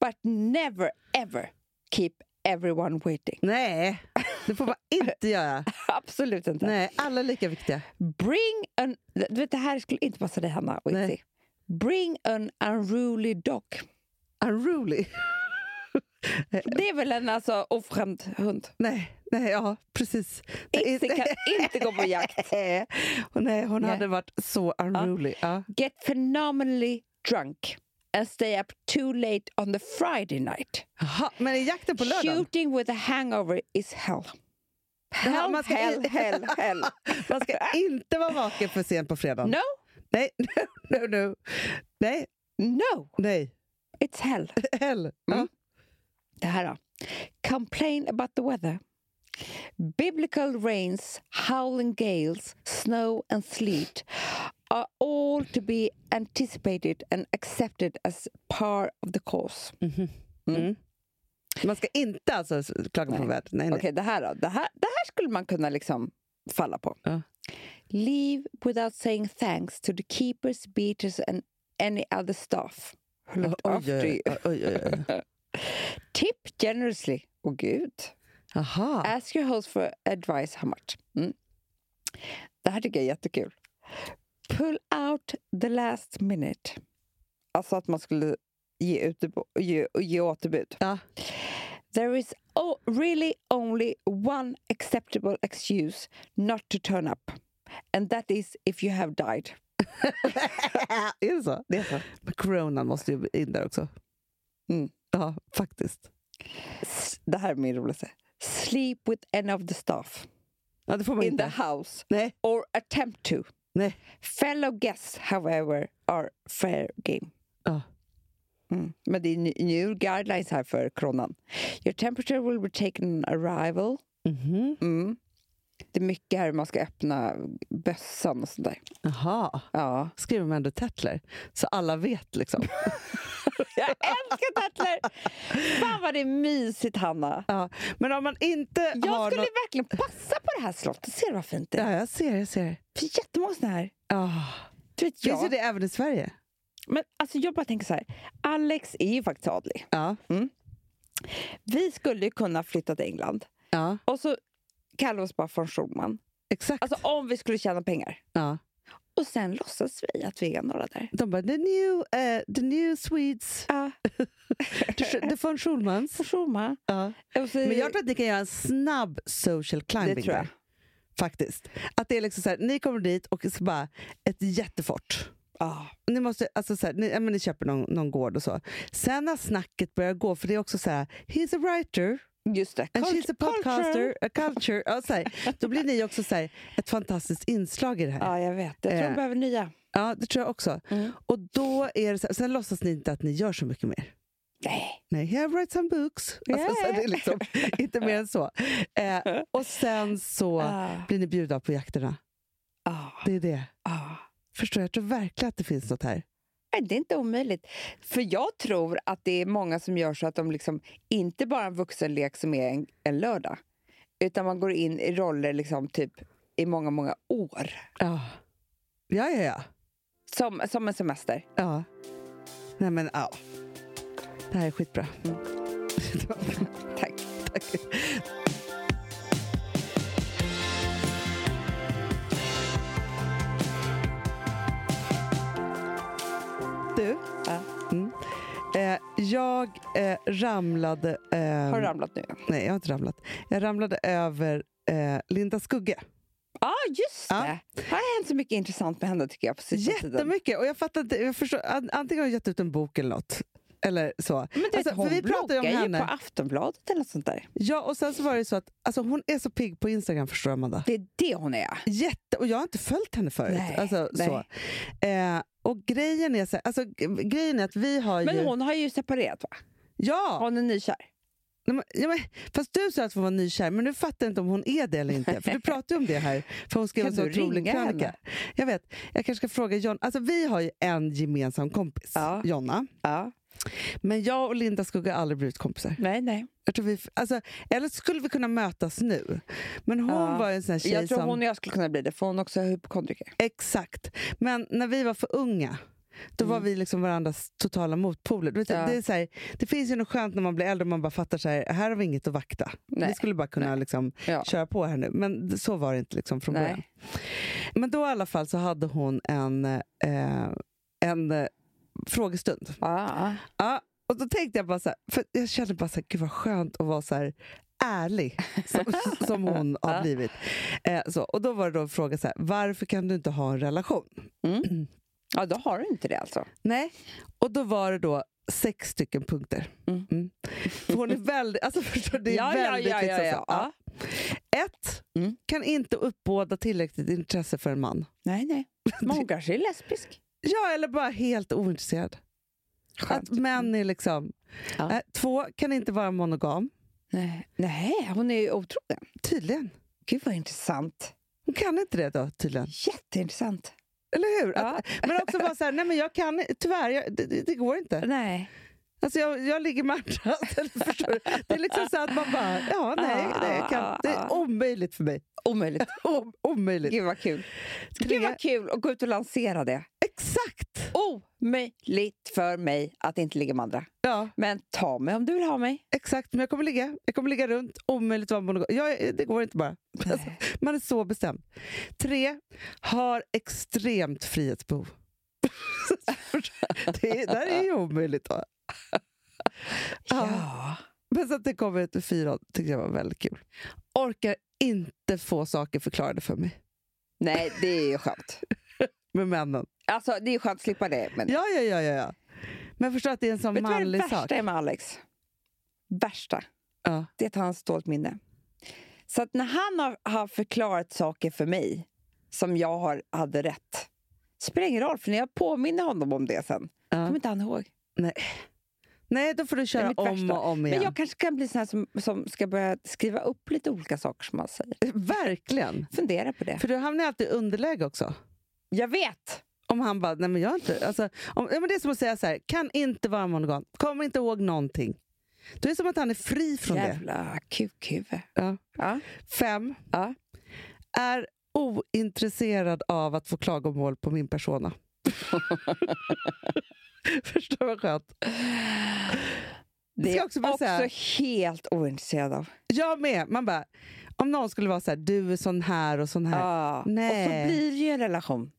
Speaker 1: but never ever keep everyone waiting.
Speaker 2: Nej, det får man inte göra.
Speaker 1: Absolut inte.
Speaker 2: Nej, alla är lika viktiga.
Speaker 1: Bring an... Du vet, det här skulle inte passa dig, Hanna. Och
Speaker 2: Nej.
Speaker 1: Itzy. Bring an unruly dog.
Speaker 2: Unruly.
Speaker 1: Det är väl en alltså, oförskämd hund?
Speaker 2: Nej, nej, ja, precis. Nej,
Speaker 1: Itzy kan inte gå på jakt.
Speaker 2: nej. Och nej, hon
Speaker 1: Nej.
Speaker 2: hade varit så unruly. Ja.
Speaker 1: Get phenomenally drunk and stay up too late on the Friday night.
Speaker 2: Jaha, men är jakten på lördagen?
Speaker 1: Shooting with a hangover is hell.
Speaker 2: Ja,
Speaker 1: Hell,
Speaker 2: man ska-
Speaker 1: hell, hell, hell.
Speaker 2: Man ska inte vara vaken för sent på fredagen.
Speaker 1: No,
Speaker 2: Nej, no, no, no. Nej,
Speaker 1: no,
Speaker 2: nej.
Speaker 1: it's hell. Mm.
Speaker 2: Hell. Ja.
Speaker 1: Det här då. Complain about the weather. Biblical rains, howling gales, snow, and sleet are all to be anticipated and accepted as part of the course.
Speaker 2: Mm. Man ska inte alltså s- klaga på
Speaker 1: Nej.
Speaker 2: vädret. Nej, nej.
Speaker 1: Okej, det här då. Det här, det här skulle man kunna liksom falla på.
Speaker 2: Ja.
Speaker 1: Leave without saying thanks to the keepers, beaters and any other staff. who
Speaker 2: Oj,
Speaker 1: looked
Speaker 2: oj,
Speaker 1: after
Speaker 2: oj,
Speaker 1: you.
Speaker 2: oj, oj, oj.
Speaker 1: Tip generously. Åh gud.
Speaker 2: Aha.
Speaker 1: Ask your host for advice how much. Mm. Det här tycker jag är jättekul. Pull out the last minute. Alltså att man skulle ge, utebo, ge, ge återbud.
Speaker 2: Ja.
Speaker 1: There is o- really only one acceptable excuse not to turn up. And that is if you have died.
Speaker 2: är det så? Det är så. Men coronan måste ju in där också.
Speaker 1: Mm.
Speaker 2: Ja, faktiskt.
Speaker 1: S- Det här är min roligaste. Sleep with any of the staff
Speaker 2: Ja, det får man
Speaker 1: in the
Speaker 2: inte.
Speaker 1: house
Speaker 2: Nej,
Speaker 1: or attempt to.
Speaker 2: nej.
Speaker 1: Fellow guests, however, are fair game.
Speaker 2: Ja.
Speaker 1: Mm. Men det är ny- new guidelines här för kronan. Your temperature will be taken on arrival.
Speaker 2: Mhm.
Speaker 1: Mm. Det är mycket här hur man ska öppna bössan och sånt där.
Speaker 2: Jaha.
Speaker 1: Ja.
Speaker 2: Skriver man ändå Tetler? Så alla vet liksom.
Speaker 1: Jag älskar Tatler! Fan vad det är mysigt, Hanna.
Speaker 2: Ja. Men om man inte
Speaker 1: Jag
Speaker 2: har
Speaker 1: skulle
Speaker 2: någon...
Speaker 1: verkligen passa på det här slottet. Ser du vad fint det är?
Speaker 2: Ja, jag ser, jag ser.
Speaker 1: Det finns jättemånga såna här.
Speaker 2: Ja.
Speaker 1: Du vet,
Speaker 2: Finns ju
Speaker 1: jag.
Speaker 2: det även i Sverige?
Speaker 1: Men alltså, jag bara tänker så här. Alex är ju faktiskt adlig. Mm.
Speaker 2: Ja.
Speaker 1: Vi skulle ju kunna flytta till England.
Speaker 2: Ja,
Speaker 1: Och så kallar vi oss bara för Schulman.
Speaker 2: exakt.
Speaker 1: Alltså om vi skulle tjäna pengar.
Speaker 2: ja.
Speaker 1: Och sen låtsas vi att vi är några där.
Speaker 2: De bara, the new, eh, the new Swedes,
Speaker 1: Ja,
Speaker 2: the von Schulmans.
Speaker 1: för Schulman.
Speaker 2: Ja.
Speaker 1: Och så-
Speaker 2: Men jag tror att ni kan göra en snabb social climbing
Speaker 1: Det tror jag.
Speaker 2: där. Faktiskt. Att det är liksom så här, ni kommer dit och så bara ett jättefort.
Speaker 1: Ja.
Speaker 2: Ni, måste, alltså så här, ni, ja, men ni köper någon, någon gård och så. Sen när snacket börjar gå, för det är också så här, he's a writer
Speaker 1: Just det.
Speaker 2: and
Speaker 1: Cult-
Speaker 2: she's a podcaster,
Speaker 1: culture.
Speaker 2: a culture. Ja, så här, då blir ni också så här, ett fantastiskt inslag i det här.
Speaker 1: Ja, jag vet. Jag tror
Speaker 2: Eh.
Speaker 1: de behöver nya.
Speaker 2: Ja, det tror jag också.
Speaker 1: Mm.
Speaker 2: Och då är det så här, sen låtsas ni inte att ni gör så mycket mer.
Speaker 1: Nej.
Speaker 2: Nej, here I write some books. Alltså, så
Speaker 1: Yeah.
Speaker 2: det är liksom, inte mer än så. Eh, och sen så
Speaker 1: Ja.
Speaker 2: blir ni bjudna på jakterna.
Speaker 1: Ja.
Speaker 2: Det är det.
Speaker 1: Ja.
Speaker 2: Förstår jag? Jag tror verkligen att det finns något här.
Speaker 1: Nej, Det är inte omöjligt. För jag tror att det är många som gör så att de liksom inte bara en vuxenlek som är en, en lördag. Utan man går in i roller liksom typ i många, många år.
Speaker 2: Ja, ja, ja. ja.
Speaker 1: Som, som en semester.
Speaker 2: ja. Nej, men ja. Det här är skitbra. Mm.
Speaker 1: Tack.
Speaker 2: Tack. Du,
Speaker 1: Ja.
Speaker 2: mm. eh, jag eh, ramlade... ehm,
Speaker 1: Har du ramlat nu?
Speaker 2: Nej, jag har inte ramlat. Jag ramlade över eh, Linda Skugge.
Speaker 1: Ja, ah, just
Speaker 2: Ja.
Speaker 1: det. Det har hänt så mycket intressant med henne tycker jag på sista tiden.
Speaker 2: Jättemycket! Och jag fattar inte, jag förstår, an- antingen har jag gett ut en bok eller något. Eller så.
Speaker 1: Men du
Speaker 2: Alltså,
Speaker 1: vet,
Speaker 2: för
Speaker 1: hon
Speaker 2: vi pratade ju
Speaker 1: bloggar
Speaker 2: om
Speaker 1: ju
Speaker 2: henne.
Speaker 1: på Aftonbladet eller något sånt där.
Speaker 2: Ja, och sen så var det så att alltså, hon är så pigg på Instagram förstår du Amanda.
Speaker 1: Det är det hon är.
Speaker 2: Jätte, och jag har inte följt henne förut.
Speaker 1: Nej,
Speaker 2: alltså,
Speaker 1: nej.
Speaker 2: Så. Eh, och grejen är, så här, alltså, g- grejen är att vi har ju...
Speaker 1: Men hon har ju separerat va?
Speaker 2: Ja!
Speaker 1: Hon är nykär.
Speaker 2: Nej, men- Ja, men, fast du sa att hon var nykär, men nu fattar jag inte om hon är det eller inte. För du pratade ju om det här, för hon skrev
Speaker 1: Kan
Speaker 2: en så
Speaker 1: du
Speaker 2: otrolig
Speaker 1: ringa
Speaker 2: krönika.
Speaker 1: henne?
Speaker 2: Jag vet, jag kanske ska fråga John. Alltså vi har ju en gemensam kompis,
Speaker 1: Ja.
Speaker 2: Jonna.
Speaker 1: Ja.
Speaker 2: Men jag och Linda Skugga har aldrig blivit kompisar.
Speaker 1: Nej, nej.
Speaker 2: Jag tror vi, alltså, eller skulle vi kunna mötas nu? Men hon
Speaker 1: Ja.
Speaker 2: var ju en sån här tjej
Speaker 1: Jag tror
Speaker 2: som...
Speaker 1: hon och jag skulle kunna bli det, för hon också är hypokondriker.
Speaker 2: Exakt. Men när vi var för unga, då var vi liksom varandras totala motpoler. Du vet,
Speaker 1: Mm. Ja.
Speaker 2: det, är så här, det finns ju något skönt när man blir äldre och man bara fattar så här, här har vi inget att vakta.
Speaker 1: Nej.
Speaker 2: Vi skulle bara kunna liksom
Speaker 1: Ja.
Speaker 2: köra på här nu. Men d- så var det inte liksom från
Speaker 1: Nej.
Speaker 2: början. Men då i alla fall så hade hon en, eh, en eh, frågestund.
Speaker 1: Ja.
Speaker 2: Ja, och då tänkte jag bara så här, för jag kände bara så här, gud vad skönt att vara så här ärlig som, som hon har
Speaker 1: Ja.
Speaker 2: blivit. Eh, så, och då var det då en fråga så här, varför kan du inte ha en relation?
Speaker 1: ja, då har du inte det alltså.
Speaker 2: Nej. Och då var det då sex stycken punkter.
Speaker 1: Mm.
Speaker 2: Mm. För hon är väldigt, alltså förstår du, det är
Speaker 1: ja,
Speaker 2: väldigt
Speaker 1: ja, ja,
Speaker 2: liksom
Speaker 1: ja,
Speaker 2: så.
Speaker 1: ja.
Speaker 2: Ja. Ett,
Speaker 1: Mm.
Speaker 2: kan inte uppbåda tillräckligt intresse för en man.
Speaker 1: Nej, nej. Men hon kanske är lesbisk.
Speaker 2: Ja, eller bara helt ointresserad. Att män är liksom...
Speaker 1: Ja.
Speaker 2: Eh, två, kan inte vara monogam.
Speaker 1: Nej, Nej hon är ju otrogen.
Speaker 2: Tydligen.
Speaker 1: Gud vad intressant.
Speaker 2: Hon kan inte det då, tydligen.
Speaker 1: Jätteintressant.
Speaker 2: Eller hur?
Speaker 1: Ja.
Speaker 2: Att, men också bara så här, nej men jag kan tyvärr, jag, det, det- det går inte.
Speaker 1: Nej.
Speaker 2: Alltså jag, jag ligger med andra. Eller förstår du? Det är liksom så att man bara, ja nej, nej jag kan, det
Speaker 1: Ah.
Speaker 2: är omöjligt för mig.
Speaker 1: Omöjligt.
Speaker 2: Om, omöjligt.
Speaker 1: Gud vad kul. Gud
Speaker 2: Tre-
Speaker 1: vad kul att gå ut och lansera det.
Speaker 2: Exakt!
Speaker 1: Omöjligt för mig att inte ligga med andra.
Speaker 2: Ja,
Speaker 1: Men ta mig om du vill ha mig.
Speaker 2: exakt. Men jag kommer ligga, jag kommer ligga runt. Omöjligt att vara monogam. Jag, det går inte bara. Alltså, man är så bestämd. Tre, har extremt frihetsbehov. det, är- det här är ju omöjligt. Då.
Speaker 1: Ja.
Speaker 2: Men så att det kommer ett fyra tyckte jag var väldigt kul. Orkar inte få saker förklarade för mig.
Speaker 1: Nej, det är ju skönt.
Speaker 2: Med männen.
Speaker 1: Alltså, det är ju skönt att slippa det. Men...
Speaker 2: Ja, ja, ja. ja, ja. Men jag förstår att det är en sån
Speaker 1: Vet du vad det
Speaker 2: manlig
Speaker 1: värsta
Speaker 2: sak.
Speaker 1: är med Alex? Värsta.
Speaker 2: Ja.
Speaker 1: Det är att han har ett dåligt minne. Så att när han har, har förklarat saker för mig som jag har, hade rätt, spelar ingen roll, för när jag påminner honom om det sen,
Speaker 2: Ja.
Speaker 1: kommer inte han ihåg.
Speaker 2: Nej, då får du köra
Speaker 1: mitt
Speaker 2: om
Speaker 1: värsta.
Speaker 2: och om igen.
Speaker 1: Men jag kanske kan bli sån här som, som ska börja skriva upp lite olika saker som han säger.
Speaker 2: Verkligen.
Speaker 1: Fundera på det.
Speaker 2: För du hamnar ju alltid i underläge också.
Speaker 1: Jag vet!
Speaker 2: Om han bara, nej men jag har inte... Alltså, om, ja, men det är som att säga så här, kan inte vara monogam, kommer inte ihåg någonting. Då är det som att han är fri från det.
Speaker 1: Jävla kukhuvud.
Speaker 2: Ja.
Speaker 1: Ja.
Speaker 2: Fem,
Speaker 1: Ja.
Speaker 2: är ointresserad av att få klagomål på min persona. Förstår vad skönt?
Speaker 1: Det
Speaker 2: Ska
Speaker 1: är
Speaker 2: jag
Speaker 1: också,
Speaker 2: också bara säga-
Speaker 1: helt ointresserad av.
Speaker 2: Jag med. Man bara, om någon skulle vara så här, du är sån här och sån här.
Speaker 1: Ja. Och så
Speaker 2: Nej.
Speaker 1: blir det ju en relation.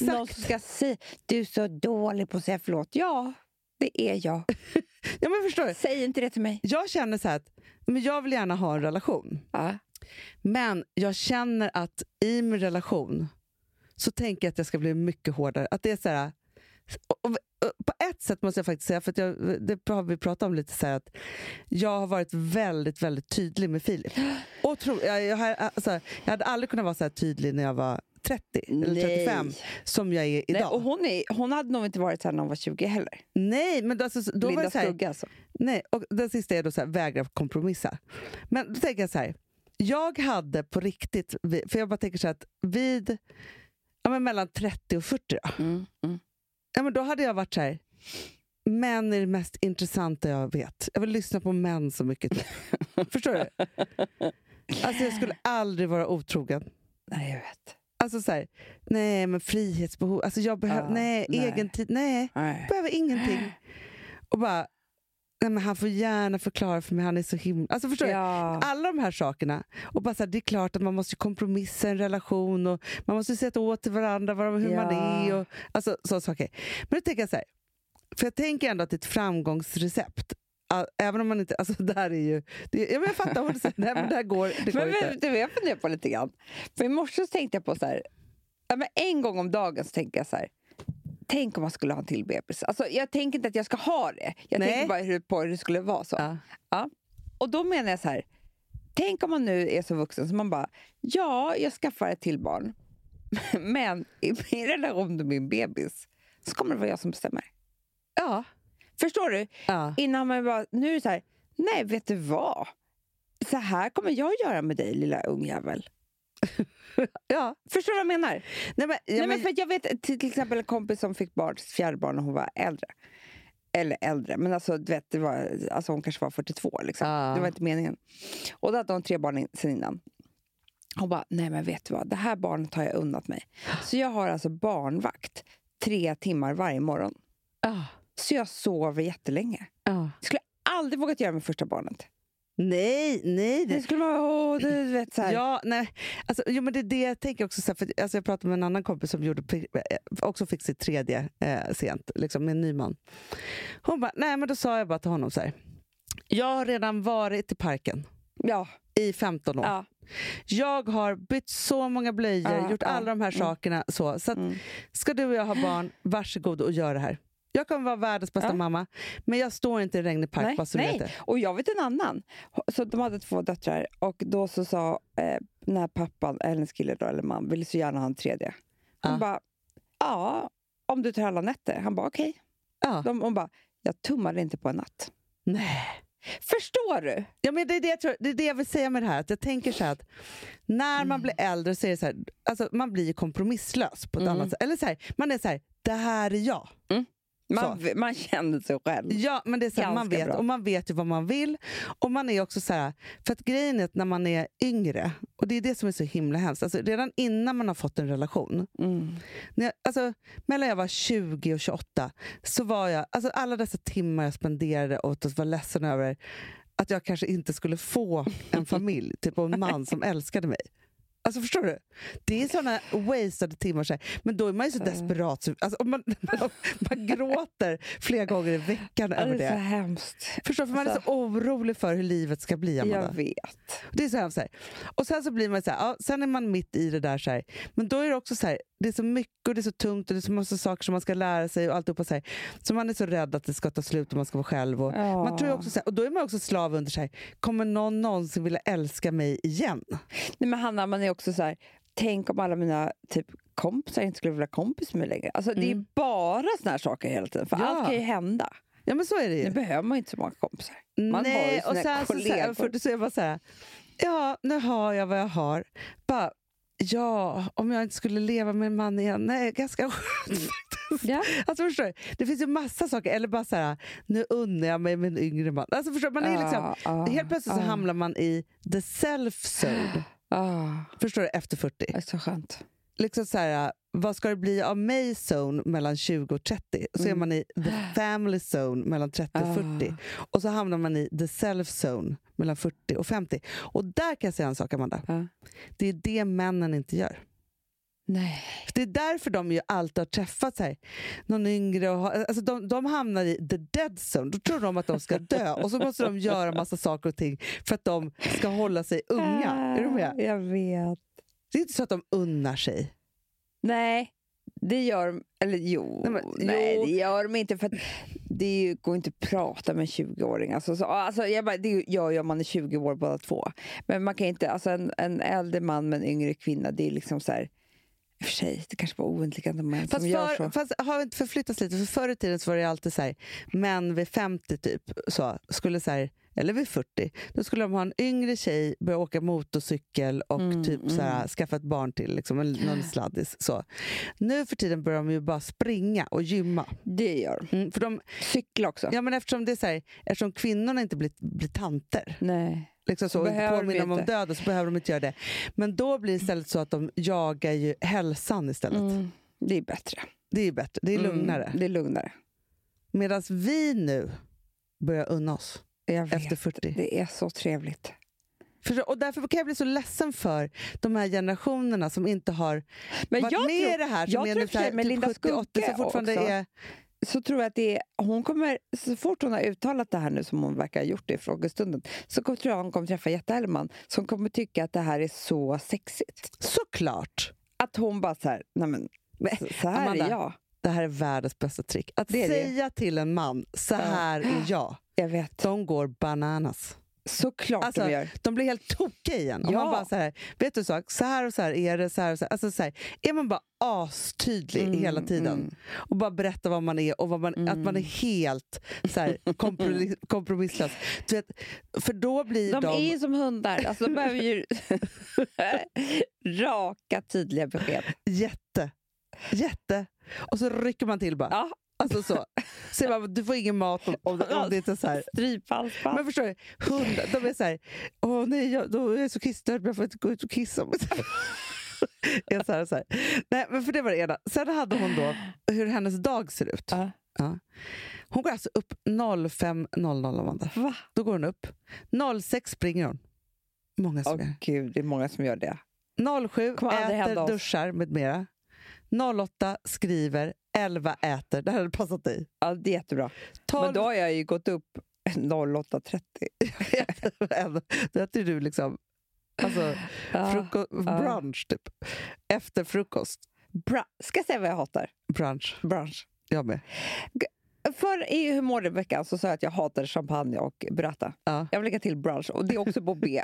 Speaker 1: Någon
Speaker 2: Exakt.
Speaker 1: ska säga du är så dålig på att säga förlåt. Ja, det är jag.
Speaker 2: Ja, men förstår du?
Speaker 1: Säg inte det till mig.
Speaker 2: Jag känner så här att men jag vill gärna ha en relation.
Speaker 1: Ja.
Speaker 2: Men jag känner att i min relation så tänker jag att jag ska bli mycket hårdare. Att det är så här, och, och, och, på ett sätt måste jag faktiskt säga, för att jag, det har vi pratat om lite, så här, att jag har varit väldigt väldigt tydlig med Filip. Och tro, jag, jag, har- alltså, jag hade aldrig kunnat vara så här tydlig när jag var 30 eller 35
Speaker 1: Nej.
Speaker 2: som jag är idag.
Speaker 1: Nej, och hon, är, hon hade nog inte varit så här när hon var 20 heller.
Speaker 2: Nej, men då, alltså, då var
Speaker 1: Linda
Speaker 2: det så här,
Speaker 1: Skugge alltså.
Speaker 2: Nej, och den sista är då så här, vägra kompromissa. Men då tänker jag så här. Jag hade på riktigt, vi- för jag bara tänker så här att vid ja, men mellan 30 och 40, då,
Speaker 1: Mm,
Speaker 2: ja, men då hade jag varit så här. Män är det mest intressanta jag vet. Jag vill lyssna på män så mycket. Förstår du? Alltså jag skulle aldrig vara otrogen.
Speaker 1: Nej, jag vet.
Speaker 2: Alltså så här, nej men frihetsbehov, alltså jag behöver,
Speaker 1: Ja,
Speaker 2: nej,
Speaker 1: nej.
Speaker 2: egen tid, nej.
Speaker 1: Nej.
Speaker 2: Jag behöver ingenting. Och bara, nej men han får gärna förklara för mig, han är så himla... Alltså förstår du?
Speaker 1: Ja.
Speaker 2: Alla de här sakerna. Och bara så här, det är klart att man måste ju kompromissa i en relation och man måste ju sätta åt till varandra vad- hur man
Speaker 1: Ja.
Speaker 2: är. Och, alltså sådana saker. Men då tänker jag så här, för jag tänker ändå att det är ett framgångsrecept. Ä- Även om man inte... Alltså det här är ju... Det, ja, men jag fattar, hon säger, nej men det här går, det går
Speaker 1: Men
Speaker 2: inte.
Speaker 1: vet du vad jag funderar på lite grann? För i morse så tänkte jag på så här. Ja, men en gång om dagen så tänker jag så här. Tänk om man skulle ha en till bebis. Alltså, jag tänker inte att jag ska ha det. Jag
Speaker 2: Nej.
Speaker 1: tänker bara hur, på hur det skulle vara så.
Speaker 2: Ja.
Speaker 1: Ja. Och då menar jag så här. Tänk om man nu är så vuxen så man bara, ja, jag skaffar ett till barn. Men i min relation till min bebis så kommer det vara jag som bestämmer.
Speaker 2: Ja.
Speaker 1: Förstår du?
Speaker 2: ja.
Speaker 1: Innan man bara, nu är det så här, nej vet du vad? Så här kommer jag göra med dig lilla ungjävel.
Speaker 2: ja.
Speaker 1: Förstår du vad jag menar?
Speaker 2: Nej, men, ja,
Speaker 1: nej, men
Speaker 2: men,
Speaker 1: för att jag vet till, till exempel en kompis som fick barn, sitt fjärde barn när hon var äldre. Eller äldre, men alltså, du vet, det var, alltså hon kanske var 42. Liksom.
Speaker 2: Ja.
Speaker 1: Det var inte meningen. Och då hade hon tre barn in, sen innan. Hon bara, nej men vet du vad, det här barnet har jag unnat mig. Så jag har alltså barnvakt tre timmar varje morgon.
Speaker 2: ja.
Speaker 1: Så jag sover jättelänge.
Speaker 2: Ja.
Speaker 1: Aldrig vågat göra med första barnet.
Speaker 2: Nej, nej. Det,
Speaker 1: Det skulle man åh, du vet så här.
Speaker 2: Ja, nej. Alltså, jo, men det är det jag tänker också. Så här, för, att- alltså, jag pratade med en annan kompis som gjorde, pri- eh, också fick sitt tredje eh, sent, liksom, med en ny man. Hon bara, nej men då sa jag bara till honom så här. Jag har redan varit i parken
Speaker 1: Ja.
Speaker 2: i 15 år.
Speaker 1: Ja.
Speaker 2: Jag har bytt så många blöjor,
Speaker 1: Ja,
Speaker 2: gjort
Speaker 1: ja.
Speaker 2: alla de här
Speaker 1: Mm.
Speaker 2: sakerna. Så, så att,
Speaker 1: Mm.
Speaker 2: ska du och jag ha barn, varsågod och gör det här. Jag kommer vara världens bästa
Speaker 1: Ja.
Speaker 2: mamma, men jag står inte i en regnig park
Speaker 1: Nej,
Speaker 2: bara så du
Speaker 1: nej.
Speaker 2: vet det.
Speaker 1: Och jag vet en annan. Så de hade två döttrar och då så sa eh, den här pappan, eller hennes kille då, eller man, ville så gärna ha en tredje. Hon
Speaker 2: Ja.
Speaker 1: bara, ja, om du tar alla nätter. Han bara, okej.
Speaker 2: Ja.
Speaker 1: De- Hon bara, jag tummade inte på en natt.
Speaker 2: Nej.
Speaker 1: Förstår du?
Speaker 2: Ja, men det, är det, jag tror, det är det jag vill säga med det här. Att jag tänker så här att när man blir äldre så är det så här, alltså man blir kompromisslös på ett
Speaker 1: Mm.
Speaker 2: annat sätt. Eller så här, man är så här, det här är jag.
Speaker 1: Man, man känner sig själv.
Speaker 2: Ja, men det är så här, man
Speaker 1: Mm. Ganska
Speaker 2: vet,
Speaker 1: bra.
Speaker 2: och man vet ju vad man vill. Och man är också så här, för att grejen är att när man är yngre, och det är det som är så himla hemskt, alltså redan innan man har fått en relation,
Speaker 1: Mm.
Speaker 2: när jag, alltså, mellan jag var 20 och 28, så var jag, alltså alla dessa timmar jag spenderade åt att vara ledsen över att jag kanske inte skulle få en familj, typ och en man som älskade mig. Alltså förstår du? Det är såna wasted timmar. Så här. Men då är man ju så desperat. Så, alltså, och man, man, man gråter flera gånger i veckan
Speaker 1: Ja,
Speaker 2: över
Speaker 1: det är så
Speaker 2: det.
Speaker 1: hemskt.
Speaker 2: Förstår, du? för man är så orolig för hur livet ska bli, Amanda.
Speaker 1: Jag vet.
Speaker 2: Det är så hemskt. Så här. Och sen så blir man så här, ja, sen är man mitt i det där. Så här. Men då är det också så här, det är så mycket och det är så tungt och det är så massa saker som man ska lära sig och alltihopa. Så, här. så man är så rädd att det ska ta slut och man ska vara själv. Och,
Speaker 1: Ja.
Speaker 2: man tror ju också så här, och då är man också slav under så här, kommer någon någonsin vilja älska mig igen?
Speaker 1: Nej, men Hanna, man är också så här, tänk om alla mina typ, kompisar inte skulle vilja vara kompis med mig längre. Alltså, Det är bara såna här saker hela tiden, för
Speaker 2: Mm. Ja.
Speaker 1: allt kan ju hända.
Speaker 2: Ja men så är det
Speaker 1: Nu
Speaker 2: ju.
Speaker 1: behöver man ju inte så många kompisar. Man har ju
Speaker 2: Nej,
Speaker 1: sina
Speaker 2: och sen så, så,
Speaker 1: kollegor.
Speaker 2: här, för, så är jag bara så här, ja nu har jag vad jag har. Bara, ja, om jag inte skulle leva med en man igen, nej ganska skönt faktiskt.
Speaker 1: ja.
Speaker 2: Alltså förstår du? Det finns ju massa saker. Eller bara så här, nu unnar jag mig med en yngre man. Alltså förstår du? Man är liksom,
Speaker 1: Ja, ja,
Speaker 2: helt plötsligt så
Speaker 1: ja.
Speaker 2: hamnar man i the self-zone.
Speaker 1: Ah,
Speaker 2: Förstår du? Efter 40.
Speaker 1: det är så skönt.
Speaker 2: Liksom så här, vad ska det bli av mig zone mellan 20 och 30? Så är
Speaker 1: Mm.
Speaker 2: man i the family zone mellan 30 och 40.
Speaker 1: Ah.
Speaker 2: Och så hamnar man i the self-zone mellan 40 och 50. Och där kan jag säga en sak, Amanda.
Speaker 1: Ja.
Speaker 2: Det är det männen inte gör.
Speaker 1: Nej.
Speaker 2: Det är därför de ju alltid har träffat så här, någon yngre. Och ha, alltså de, de hamnar i the dead zone. Då tror de att de ska dö och så måste de göra massa saker och ting för att de ska hålla sig unga. Är du med?
Speaker 1: Ah, Jag vet.
Speaker 2: Det är inte så att de unnar sig.
Speaker 1: Nej, det gör de... Eller jo,
Speaker 2: Nej,
Speaker 1: nej,
Speaker 2: men- jo.
Speaker 1: det gör de inte. För att det är ju, går inte att prata med en 20-åring. Alltså, så, alltså, jag bara, det gör ju om man är 20 år båda två. Men man kan inte, alltså, en, en äldre man med en yngre kvinna, det är liksom så här... I och för sig, det kanske var oundvikande män som
Speaker 2: Fast,
Speaker 1: gör så.
Speaker 2: för, fast har vi inte förflyttats lite? För förr i tiden så var det ju alltid så här, män vid 50 typ, så, skulle så här, eller vid 40, då skulle de ha en yngre tjej, börja åka motorcykel och
Speaker 1: Mm,
Speaker 2: typ så här, skaffa ett barn till, liksom, en- någon sladdis. Så. Nu för tiden börjar de ju bara springa och gymma.
Speaker 1: Det gör de.
Speaker 2: Mm, för de,
Speaker 1: Cykla också.
Speaker 2: ja, men eftersom, det är så här, eftersom kvinnorna inte blir, blir tanter
Speaker 1: Nej.
Speaker 2: liksom så, och inte
Speaker 1: Behöver
Speaker 2: påminner
Speaker 1: vi
Speaker 2: dem om
Speaker 1: inte.
Speaker 2: döden så behöver de inte göra det. Men då blir det istället så att de jagar ju hälsan istället.
Speaker 1: Mm. Det är bättre.
Speaker 2: Det är ju bättre, det är
Speaker 1: Mm,
Speaker 2: lugnare.
Speaker 1: Det är lugnare.
Speaker 2: Medan vi nu börjar unna oss
Speaker 1: Jag vet.
Speaker 2: efter 40.
Speaker 1: Det är så trevligt.
Speaker 2: Förstår- Och därför kan jag bli så ledsen för de här generationerna som inte har varit med i det här. Som
Speaker 1: jag tror
Speaker 2: är
Speaker 1: i och
Speaker 2: nu
Speaker 1: för sig
Speaker 2: så här,
Speaker 1: med Linda
Speaker 2: 70-80
Speaker 1: Skugge
Speaker 2: som fortfarande
Speaker 1: också.
Speaker 2: är...
Speaker 1: så tror jag att det är, hon kommer, så fort hon har uttalat det här nu som hon verkar ha gjort det i frågestunden så kom- tror jag hon kommer träffa Jette Hellman som kommer tycka att det här är så sexigt.
Speaker 2: Såklart!
Speaker 1: Att hon bara så här, nej men,
Speaker 2: Men,
Speaker 1: så- så här
Speaker 2: Amanda.
Speaker 1: är jag.
Speaker 2: Det här är världens bästa trick. Att
Speaker 1: Det är det.
Speaker 2: säga till en man, så här är jag.
Speaker 1: Jag vet.
Speaker 2: De går bananas.
Speaker 1: Såklart
Speaker 2: Alltså,
Speaker 1: de gör.
Speaker 2: De blir helt tokiga igen. Om
Speaker 1: Ja.
Speaker 2: man bara så här, vet du en sak, så här och så här är det. Så här och så här. Alltså så här, är man bara astydlig
Speaker 1: Mm,
Speaker 2: hela tiden
Speaker 1: mm.
Speaker 2: och bara berättar vad man är och vad man, att man är helt så här, kompromiss, kompromisslös. Du vet, för då blir
Speaker 1: De
Speaker 2: de...
Speaker 1: är ju som hundar. Alltså, de behöver ju raka, tydliga besked.
Speaker 2: Jätte, jätte. Och så rycker man till bara.
Speaker 1: Ja.
Speaker 2: Alltså så. så är man, du får ingen mat om, om, om det inte är så här.
Speaker 1: Stryphalsband.
Speaker 2: Men förstår du, hundar, de är så här, åh nej, jag, då är jag så kissnödig men jag får inte gå ut och kissa. jag är så här, så här. Nej, men för det var det ena. Sen hade hon då hur hennes dag ser ut.
Speaker 1: Ja.
Speaker 2: Ja. Hon går alltså upp 05.00, Amanda.
Speaker 1: Va?
Speaker 2: Då går hon upp. 06 springer hon. Många
Speaker 1: Åh
Speaker 2: som
Speaker 1: gud, det är många som gör det.
Speaker 2: är. 07
Speaker 1: Kommer aldrig hända
Speaker 2: äter,
Speaker 1: oss.
Speaker 2: duschar med mera. 08 skriver, 11 äter. Det här hade passat dig.
Speaker 1: Ja, det är jättebra.
Speaker 2: 12
Speaker 1: Men då har jag ju gått upp 08.30.
Speaker 2: Då äter du liksom... Alltså,
Speaker 1: Ja.
Speaker 2: Fruko-
Speaker 1: ja.
Speaker 2: brunch, typ. Efter frukost.
Speaker 1: Bra. Ska jag säga vad jag hatar?
Speaker 2: Brunch.
Speaker 1: Brunch.
Speaker 2: Jag med.
Speaker 1: Förr i Hur mår du veckan så sa jag att jag hatar champagne och burrata.
Speaker 2: Ja.
Speaker 1: Jag vill lägga till brunch och det är också på B.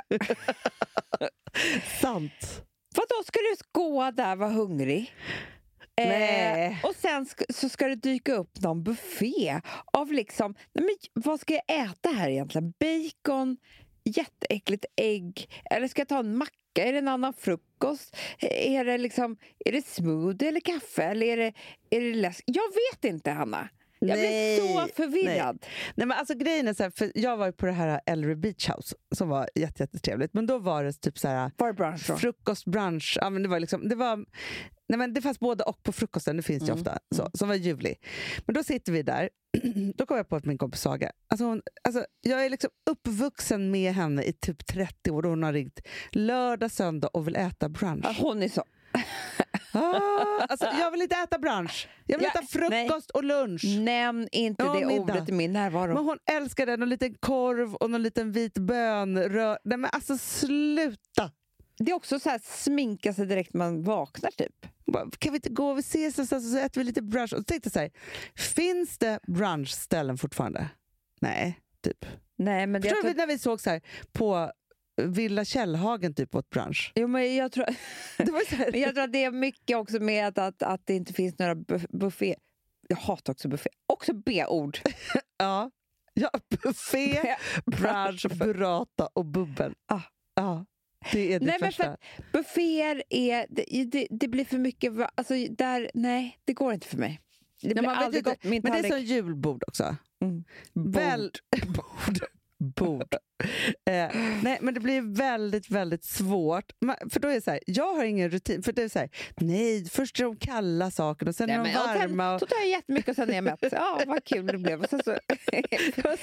Speaker 2: Sant.
Speaker 1: Vadå, ska du gå där vara hungrig? Eh,
Speaker 2: Nej.
Speaker 1: och sen sk- så ska det dyka upp någon buffé av liksom, nej men vad ska jag äta här egentligen? Bacon, jätteäckligt ägg, eller ska jag ta en macka? Är det en annan frukost? Eh, Är det, liksom, är det smoothie eller kaffe? Eller är det, är det läsk? Jag vet inte, Hanna. Jag blir
Speaker 2: Nej.
Speaker 1: så förvirrad.
Speaker 2: Nej, men alltså, grejen är så här, för jag var ju på det här Ellery Beach House som var jätte, jättetrevligt. Men då var det typ så här,
Speaker 1: Var det brunch då?
Speaker 2: frukost, brunch. Ja, men det, var liksom, det, var, nej, men det fanns både och på frukosten, det finns ju ofta, så, som var ljuvlig. Men då sitter vi där, då kom jag på att min kompis Saga, alltså hon, alltså, jag är liksom uppvuxen med henne i typ 30 år och hon har ringt lördag, söndag och vill äta brunch.
Speaker 1: Ja, Hon är så...
Speaker 2: Ah, alltså, jag vill inte äta brunch, jag vill
Speaker 1: Ja, Mm.
Speaker 2: äta frukost och lunch.
Speaker 1: Nämn inte
Speaker 2: Ja,
Speaker 1: det
Speaker 2: middag.
Speaker 1: ordet i min närvaro.
Speaker 2: Men hon älskar den, och liten korv och någon liten vit bönrör. Nej men alltså sluta!
Speaker 1: Det är också så här sminka sig direkt man vaknar typ.
Speaker 2: Bara, Kan vi inte gå och vi ses någonstans och så äter vi lite brunch? Och så tänkte jag så här, finns det brunchställen fortfarande? Nej, typ.
Speaker 1: Nej, men jag
Speaker 2: Förstår
Speaker 1: tror,
Speaker 2: du när vi såg så här på Villa Källhagen typ åt brunch?
Speaker 1: jo, men jag, tror,
Speaker 2: Det var ju så här,
Speaker 1: men jag tror att det är mycket också med att, att, att det inte finns några buff- buffé. Jag hatar också buffé. Också B-ord.
Speaker 2: ja, ja, buffé, brunch, burrata och bubbel. Ah, ah, det är det
Speaker 1: Nej, men
Speaker 2: första.
Speaker 1: för Bufféer är... Det, det, det blir för mycket... va- Alltså, där, nej, det går inte för mig. Det blir
Speaker 2: man vet
Speaker 1: aldrig
Speaker 2: inte.
Speaker 1: gott. Min
Speaker 2: men det är
Speaker 1: tallrik-
Speaker 2: som julbord också.
Speaker 1: Mm.
Speaker 2: Väl... Bord. Bord. eh, nej, men det blir väldigt, väldigt svårt. Ma- För då är det så här, jag har ingen rutin. För det är så här, nej, först är de kalla sakerna och sen
Speaker 1: Nej,
Speaker 2: är de
Speaker 1: men- och sen-
Speaker 2: varma. Och
Speaker 1: Så tar jag jättemycket och sen är jag mätt. Ja, vad kul det blev. Och sen så...
Speaker 2: så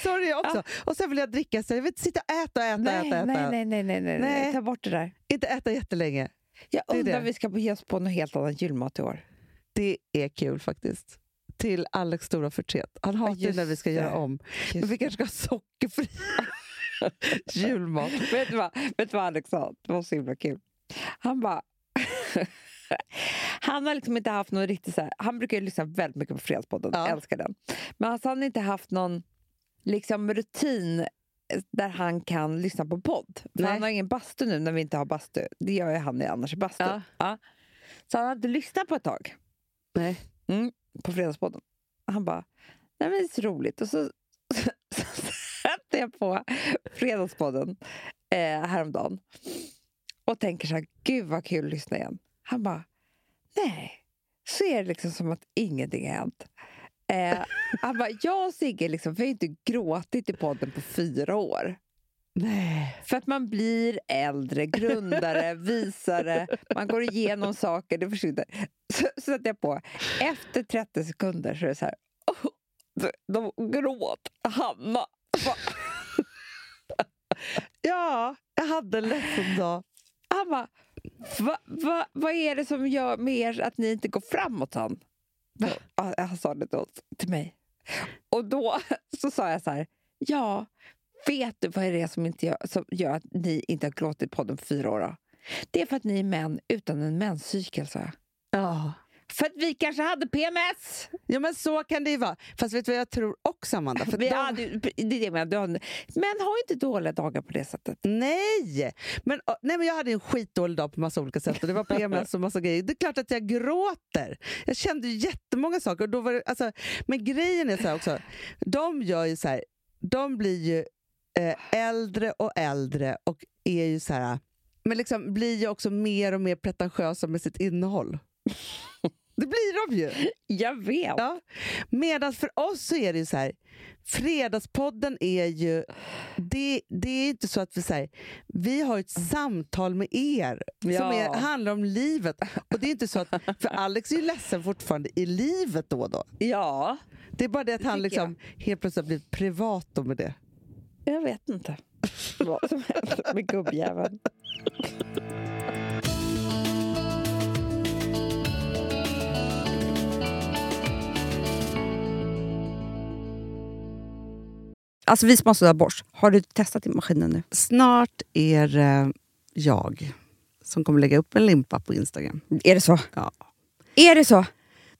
Speaker 2: är det jag också. Och sen vill jag dricka, så jag vill inte sitta och äta, äta,
Speaker 1: nej,
Speaker 2: äta, äta.
Speaker 1: nej, nej, nej, nej, nej, nej.
Speaker 2: Nej.
Speaker 1: Ta bort det där.
Speaker 2: Inte äta jättelänge.
Speaker 1: Jag
Speaker 2: Det är
Speaker 1: undrar
Speaker 2: det.
Speaker 1: om vi ska ge oss på något helt annat julmat i år.
Speaker 2: Det är kul faktiskt. Till Alex stora förtret. Han hatar ju
Speaker 1: just
Speaker 2: när vi ska
Speaker 1: det.
Speaker 2: göra om. Men vi kanske ska ha sockerfri julmat.
Speaker 1: vet, du vad, vet du vad Alex sa? Det var så himla kul. Han bara... han har liksom inte haft någon riktig... Så här, han brukar ju lyssna väldigt mycket på Fredagspodden.
Speaker 2: Ja.
Speaker 1: Älskar den. Men alltså, han har inte haft någon liksom, rutin eh, där han kan lyssna på podd. För
Speaker 2: Nej.
Speaker 1: han har ingen bastu nu när vi inte har bastu. Det gör ju han i annars i bastu.
Speaker 2: Ja.
Speaker 1: Så han har inte lyssnat på ett tag.
Speaker 2: Nej.
Speaker 1: Mm, på Fredagspodden. Han bara, nej men det är så roligt. Och så, så, sätter jag på Fredagspodden eh, häromdagen och tänker så här, gud vad kul att lyssna igen. Han bara, nej. Så är det liksom som att ingenting har hänt. Eh, han bara, jag och Sigge liksom, vi har ju inte gråtit i podden på fyra år.
Speaker 2: Nej.
Speaker 1: För att man blir äldre, grundare, visare, man går igenom saker, det försvinner. Så så sätter jag på. Efter 30 sekunder så är det så här... "Åh, de, de gråt, Hanna.
Speaker 2: Ja, jag hade en ledsen dag.
Speaker 1: Han bara, va, va, vad är det som gör med er att ni inte går framåt? Han, Ja, han sa det då, till mig. Och då så sa jag så här, ja, vet du vad är det är som, inte gör, som gör att ni inte har gråtit podden på fyra år? Då? Det är för att ni är män utan en menscykel, sa jag.
Speaker 2: Ja.
Speaker 1: För att vi kanske hade PMS!
Speaker 2: ja, men så kan det ju vara. Fast vet du vad jag tror också, Amanda? För
Speaker 1: Vi
Speaker 2: de-
Speaker 1: hade, ju- det är det jag menar, du har- män har ju inte dåliga dagar på det sättet.
Speaker 2: Nej! Men, å, nej! men Jag hade en skitdålig dag på massa olika sätt. Och det var PMS och massa grejer. Det är klart att jag gråter. Jag kände ju jättemånga saker. Och då var det, alltså, men grejen är så här också. De gör ju så här. De blir ju eh, äldre och äldre och är ju så här. Men liksom blir ju också mer och mer pretentiösa med sitt innehåll. Det blir de ju.
Speaker 1: Jag vet!
Speaker 2: Ja. Medan för oss så är det ju så här, Fredagspodden är ju... Det, det är inte så att vi säger vi har ett samtal med er som
Speaker 1: Ja.
Speaker 2: är, handlar om livet. Och det är inte så att, för Alex är ju ledsen fortfarande i livet då och då.
Speaker 1: Ja,
Speaker 2: Det är bara det att han
Speaker 1: tycker
Speaker 2: liksom helt plötsligt har blivit privat då med det.
Speaker 1: jag vet inte vad som händer med gubbjäveln.
Speaker 5: Alltså vi sponsrar Bors. Har du testat din maskinen nu?
Speaker 2: Snart är eh, jag som kommer lägga upp en limpa på Instagram.
Speaker 5: Är det så?
Speaker 2: Ja.
Speaker 5: Är det så?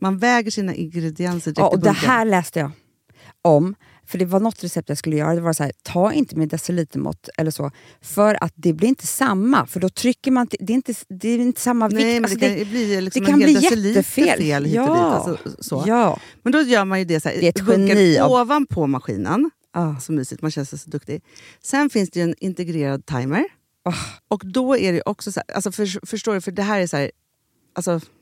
Speaker 2: man väger sina ingredienser direkt
Speaker 1: Ja,
Speaker 2: i
Speaker 1: och det
Speaker 2: bunken.
Speaker 1: här läste jag om. För det var något recept jag skulle göra. Det var så här, ta inte med decilitermått eller så. För att det blir inte samma. För då trycker man... till- Det är inte, det är inte samma
Speaker 2: Nej, men
Speaker 1: vikt.
Speaker 2: det,
Speaker 1: Alltså,
Speaker 2: kan, det blir liksom
Speaker 1: det kan
Speaker 2: en hel
Speaker 1: bli
Speaker 2: deciliter
Speaker 1: jättefel.
Speaker 2: fel hit och dit.
Speaker 1: Ja.
Speaker 2: Alltså, så.
Speaker 1: Ja.
Speaker 2: Men då gör man ju det så här,
Speaker 1: Det är ett
Speaker 2: bunkar
Speaker 1: geni av-
Speaker 2: ovanpå maskinen.
Speaker 1: Ah.
Speaker 2: Så mysigt, man känns så duktig. Sen finns det ju en integrerad timer.
Speaker 1: Ah.
Speaker 2: Och då är det ju också så här, alltså för, förstår du, för det här är så här, alltså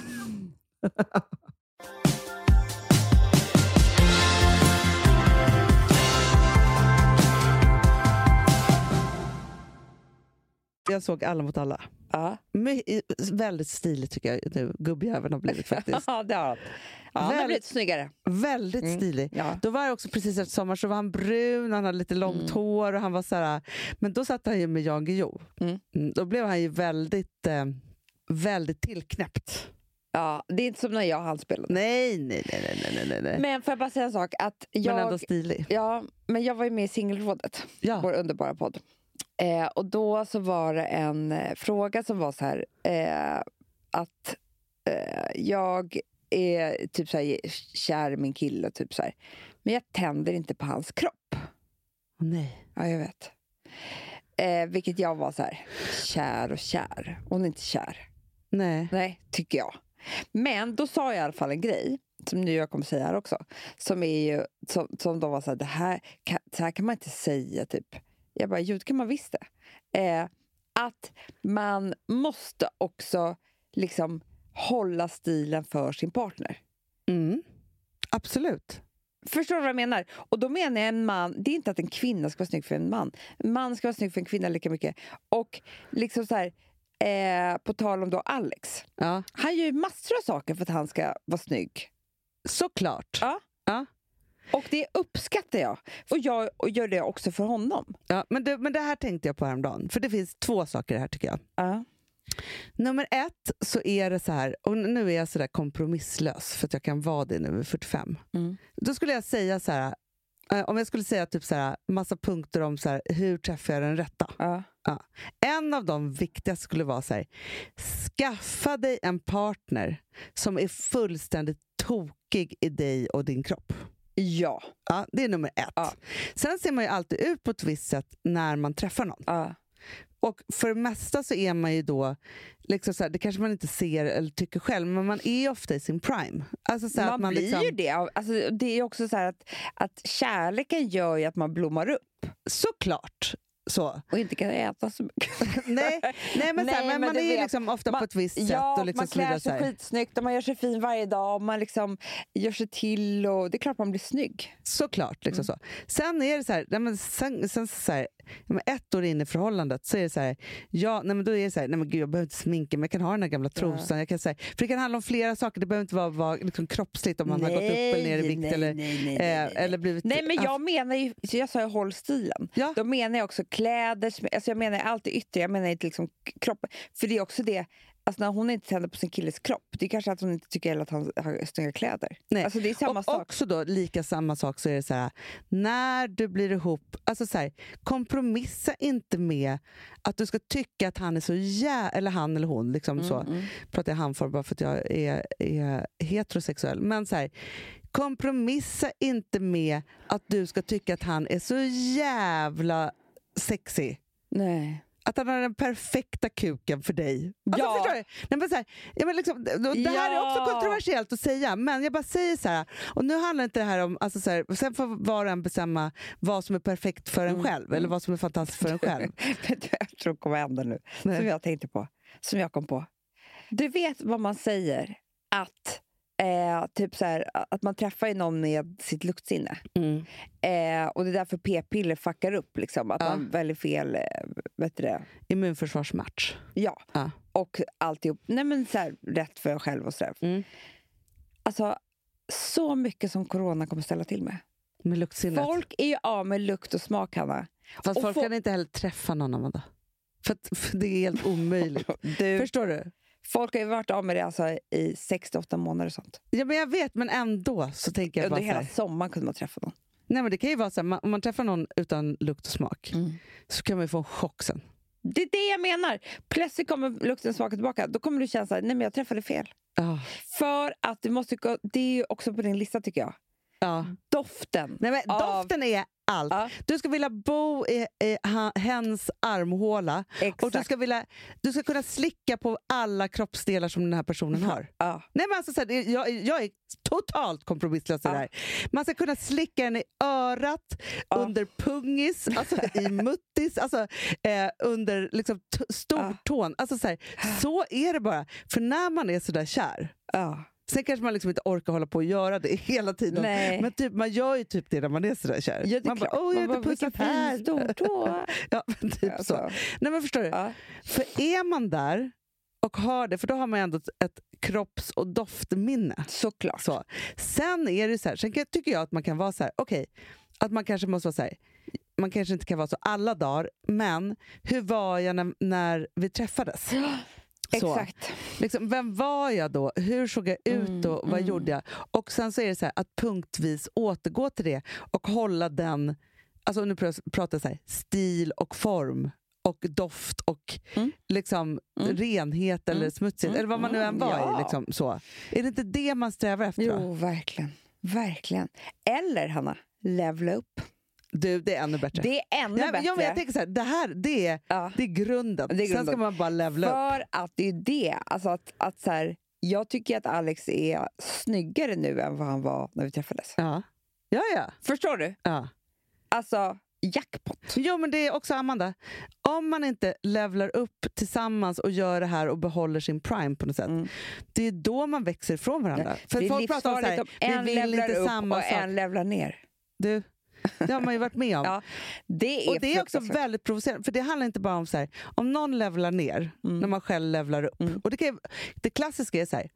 Speaker 6: Jag såg Alla mot alla.
Speaker 1: Ja,
Speaker 6: My, i- väldigt stiligt tycker jag nu gubbjäveln har blivit faktiskt.
Speaker 1: det har han.
Speaker 6: han har blivit
Speaker 1: snyggare.
Speaker 6: väldigt
Speaker 1: Mm.
Speaker 6: stilig.
Speaker 1: Ja.
Speaker 6: Då var det också precis efter sommar så var han brun, han hade lite långt hår och han var så här, Men då satt han ju med Jan Guillou.
Speaker 1: Mm.
Speaker 6: Mm, Då blev han ju väldigt, eh, väldigt tillknäppt.
Speaker 1: ja, det är inte som när jag handspelade.
Speaker 6: Nej, nej, nej, nej, nej, nej, nej. nej.
Speaker 1: Men får jag bara säga en sak? Att
Speaker 6: Men ändå stilig.
Speaker 1: Ja, men jag var ju med i Singelrådet,
Speaker 6: Ja.
Speaker 1: vår underbara podd. Eh, och då så var det en eh, fråga som var så här, eh, att eh, jag är typ så här, kär i min kille, typ så här. men jag tänder inte på hans kropp.
Speaker 6: Nej.
Speaker 1: Ja, jag vet. Eh, vilket jag var så här, kär och kär. Hon är inte kär.
Speaker 6: nej.
Speaker 1: Nej, tycker jag. Men då sa jag i alla fall en grej, som nu jag kommer säga här också, som, är ju, som, som de var så här, det här kan, så här kan man inte säga, typ. Jag bara, jo, det kan man visst det. Eh, att man måste också liksom hålla stilen för sin partner.
Speaker 6: Mm. Absolut.
Speaker 1: Förstår du vad jag menar? Och då menar jag en man, det är inte att en kvinna ska vara snygg för en man. En man ska vara snygg för en kvinna lika mycket. Och liksom så här, eh, på tal om då Alex.
Speaker 6: Ja.
Speaker 1: Han gör ju massor av saker för att han ska vara snygg.
Speaker 6: Såklart.
Speaker 1: Ja. Och det uppskattar jag. Och jag och gör det också för honom.
Speaker 6: Ja, men, det, men det här tänkte jag på häromdagen, för det finns två saker här tycker jag.
Speaker 1: Ja.
Speaker 2: Nummer ett så är det så här, och nu är jag så där kompromisslös för att jag kan vara det nu vid 45.
Speaker 1: Mm.
Speaker 2: Då skulle jag säga så här, eh, om jag skulle säga typ så här, massa punkter om så här, hur träffar jag den rätta?
Speaker 1: Ja.
Speaker 2: En av de viktigaste skulle vara så här, skaffa dig en partner som är fullständigt tokig i dig och din kropp.
Speaker 1: Ja.
Speaker 2: Ja, det är nummer ett.
Speaker 1: Ja.
Speaker 2: Sen ser man ju alltid ut på ett visst sätt när man träffar någon.
Speaker 1: ja.
Speaker 2: Och för det mesta så är man ju då, liksom så här, det kanske man inte ser eller tycker själv, men man är ju ofta i sin prime. Alltså så här
Speaker 1: man,
Speaker 2: att man
Speaker 1: blir
Speaker 2: liksom,
Speaker 1: ju det. av- Alltså, det är ju också så här att, att kärleken gör ju att man blommar upp
Speaker 2: Såklart. Så.
Speaker 1: och inte kan äta så mycket.
Speaker 2: Nej, nej, men, så här,
Speaker 1: Nej,
Speaker 2: men
Speaker 1: men
Speaker 2: man
Speaker 1: du
Speaker 2: är ju
Speaker 1: vet,
Speaker 2: liksom ofta
Speaker 1: man-
Speaker 2: på ett visst sätt.
Speaker 1: ja,
Speaker 2: Och liksom
Speaker 1: man
Speaker 2: så vidare,
Speaker 1: klär
Speaker 2: så
Speaker 1: sig
Speaker 2: här.
Speaker 1: skitsnyggt och man gör sig fin varje dag och man liksom gör sig till. Och det är klart man blir snygg.
Speaker 2: Såklart. Liksom
Speaker 1: Mm.
Speaker 2: så. Sen är det så här, nej, men sen, sen så här ja, men ett år in i förhållandet så är det så här, ja, nej, men då är det så här, nej, men gud, jag behöver inte sminka mig, jag kan ha den här gamla trosan. Jag kan, så här, för det kan handla om flera saker, det behöver inte vara, vara liksom, kroppsligt om man har gått upp eller ner i vikt
Speaker 1: nej,
Speaker 2: eller,
Speaker 1: nej, nej, nej, nej.
Speaker 2: eh, eller blivit...
Speaker 1: Nej, men
Speaker 2: haft-
Speaker 1: jag menar ju, så jag sa ju håll stilen.
Speaker 2: Ja.
Speaker 1: Då menar jag också kläder, sm- alltså jag menar allt det yttre, jag menar inte liksom k- kroppen. För det är också det, alltså när hon inte tänder på sin killes kropp, det är kanske att hon inte tycker heller att han har snygga kläder.
Speaker 2: Nej.
Speaker 1: Alltså det är samma
Speaker 2: och
Speaker 1: sak.
Speaker 2: också då, lika samma sak, så är det så här, när du blir ihop, alltså så här, kompromissa inte med att du ska tycka att han är så jä... eller han eller hon, liksom
Speaker 1: Mm,
Speaker 2: så. Pratar jag handform bara för att jag är, är heterosexuell. Men så här, kompromissa inte med att du ska tycka att han är så jävla sexy.
Speaker 1: Nej.
Speaker 2: Att han har den perfekta kuken för dig. Alltså,
Speaker 1: Ja.
Speaker 2: förstår du? Nej, men så här, ja, men liksom, det det här är också
Speaker 1: Ja.
Speaker 2: kontroversiellt att säga, men jag bara säger så här. Och nu handlar inte det här om... Alltså, så här, sen får var och en bestämma vad som är perfekt för
Speaker 1: Mm.
Speaker 2: en själv, eller vad som är fantastiskt för en själv.
Speaker 1: Vet du vad jag tror kommer hända nu?
Speaker 2: Nej.
Speaker 1: Som jag tänkte på. Som jag kom på. Du vet vad man säger att Eh, typ så här, att man träffar ju någon med sitt luktsinne. Eh, och det är därför p-piller fuckar upp. Liksom, att
Speaker 2: Ja.
Speaker 1: man väljer fel... Eh, vet du det?
Speaker 2: Immunförsvarsmatch.
Speaker 1: Ja.
Speaker 2: Ja.
Speaker 1: Och alltihop. Nej, men så här, rätt för en själv och sådär.
Speaker 2: Mm.
Speaker 1: Alltså, så mycket som corona kommer ställa till med.
Speaker 2: Med luktsinnet.
Speaker 1: Folk är ju av med lukt och smak, Hanna.
Speaker 2: Fast
Speaker 1: och
Speaker 2: folk
Speaker 1: få-
Speaker 2: kan inte heller träffa någon, Amanda. För, att, för det är helt omöjligt.
Speaker 1: Du,
Speaker 2: Förstår du?
Speaker 1: folk har ju varit av med det alltså, i 6-8 månader och sånt.
Speaker 2: Ja, men jag vet, men ändå så tänker jag
Speaker 1: Under
Speaker 2: bara så
Speaker 1: hela
Speaker 2: här.
Speaker 1: sommaren kunde man träffa någon.
Speaker 2: Nej, men Det kan ju vara så här, man, om man träffar någon utan lukt och smak så kan man ju få en chock sen.
Speaker 1: Det är det jag menar. Plötsligt kommer lukten och smaken tillbaka. Då kommer du känna så här, nej men jag träffade fel.
Speaker 2: Ja.
Speaker 1: För att du måste gå, det är ju också på din lista tycker jag.
Speaker 2: Ja.
Speaker 1: Doften.
Speaker 2: Nej, men
Speaker 1: Av-
Speaker 2: Doften är allt.
Speaker 1: Ja.
Speaker 2: Du ska vilja bo i, i ha- hens armhåla och
Speaker 1: Exakt.
Speaker 2: du ska, vilja, du ska kunna slicka på alla kroppsdelar som den här personen har.
Speaker 1: ja.
Speaker 2: Nej, men alltså, så här, det- jag, jag är totalt kompromisslös i det
Speaker 1: Ja.
Speaker 2: här. Man ska kunna slicka den i örat,
Speaker 1: Ja.
Speaker 2: under pungis, alltså, i muttis, alltså, eh, under liksom, t- stortån. Alltså, så, här, så är det bara. För när man är så där kär,
Speaker 1: ja.
Speaker 2: sen kanske man liksom inte orkar hålla på och göra det hela tiden.
Speaker 1: Nej.
Speaker 2: Men typ, man gör ju typ det när man är så där kär.
Speaker 1: Ja, det är
Speaker 2: man
Speaker 1: klart.
Speaker 2: bara, åh, jag har
Speaker 1: Man
Speaker 2: inte pussat
Speaker 1: vilken fin
Speaker 2: här.
Speaker 1: stortå.
Speaker 2: Ja, men typ så.
Speaker 1: Alltså,
Speaker 2: Nej, men förstår du?
Speaker 1: ja.
Speaker 2: För är man där och har det, för då har man ändå ett, ett kropps och doftminne.
Speaker 1: Såklart.
Speaker 2: Så. Sen är det så här, sen kan- tycker jag att man kan vara så här, okej, att man kanske måste vara så här, man kanske inte kan vara så alla dagar, men hur var jag när, när vi träffades? Så.
Speaker 1: Exakt.
Speaker 2: Liksom, vem var jag då? Hur såg jag ut
Speaker 1: Mm,
Speaker 2: då? Vad gjorde jag? Och sen så är det så här, att punktvis återgå till det och hålla den, alltså nu pr- pratar jag så här, stil och form och doft och
Speaker 1: Mm.
Speaker 2: liksom renhet eller smutsigt eller vad man nu än var
Speaker 1: Ja.
Speaker 2: i. Liksom, så. Är det inte det man strävar efter? då?
Speaker 1: Jo, verkligen. Verkligen. Eller Hanna, levla upp.
Speaker 2: Du, det är ännu bättre.
Speaker 1: Det är ännu
Speaker 2: ja,
Speaker 1: bättre.
Speaker 2: Ja, men jag tänker så här, det här det är,
Speaker 1: Ja.
Speaker 2: det är, grunden.
Speaker 1: Det är
Speaker 2: Sen ska
Speaker 1: grunden.
Speaker 2: man bara levla upp.
Speaker 1: För att det är det. Alltså att, att så här, jag tycker att Alex är snyggare nu än vad han var när vi träffades.
Speaker 2: Ja, ja. ja.
Speaker 1: Förstår du?
Speaker 2: ja.
Speaker 1: Alltså, jackpot.
Speaker 2: Jo, men det är också Amanda. Om man inte levlar upp tillsammans och gör det här och behåller sin prime på något sätt.
Speaker 1: Mm.
Speaker 2: Det är då man växer ifrån varandra. För
Speaker 1: det är
Speaker 2: folk pratar om så här,
Speaker 1: livsfarligt om en
Speaker 2: vi vill
Speaker 1: levlar
Speaker 2: inte
Speaker 1: upp
Speaker 2: samma
Speaker 1: och
Speaker 2: sak.
Speaker 1: en levlar ner.
Speaker 2: Du, det har man ju varit med om.
Speaker 1: Ja, Det är
Speaker 2: och det är också
Speaker 1: fruktansvärt.
Speaker 2: väldigt provocerande, för det handlar inte bara om så här, om någon levlar ner
Speaker 1: Mm.
Speaker 2: när man själv levlar upp. Och det, kan, ju- det klassiska är så här,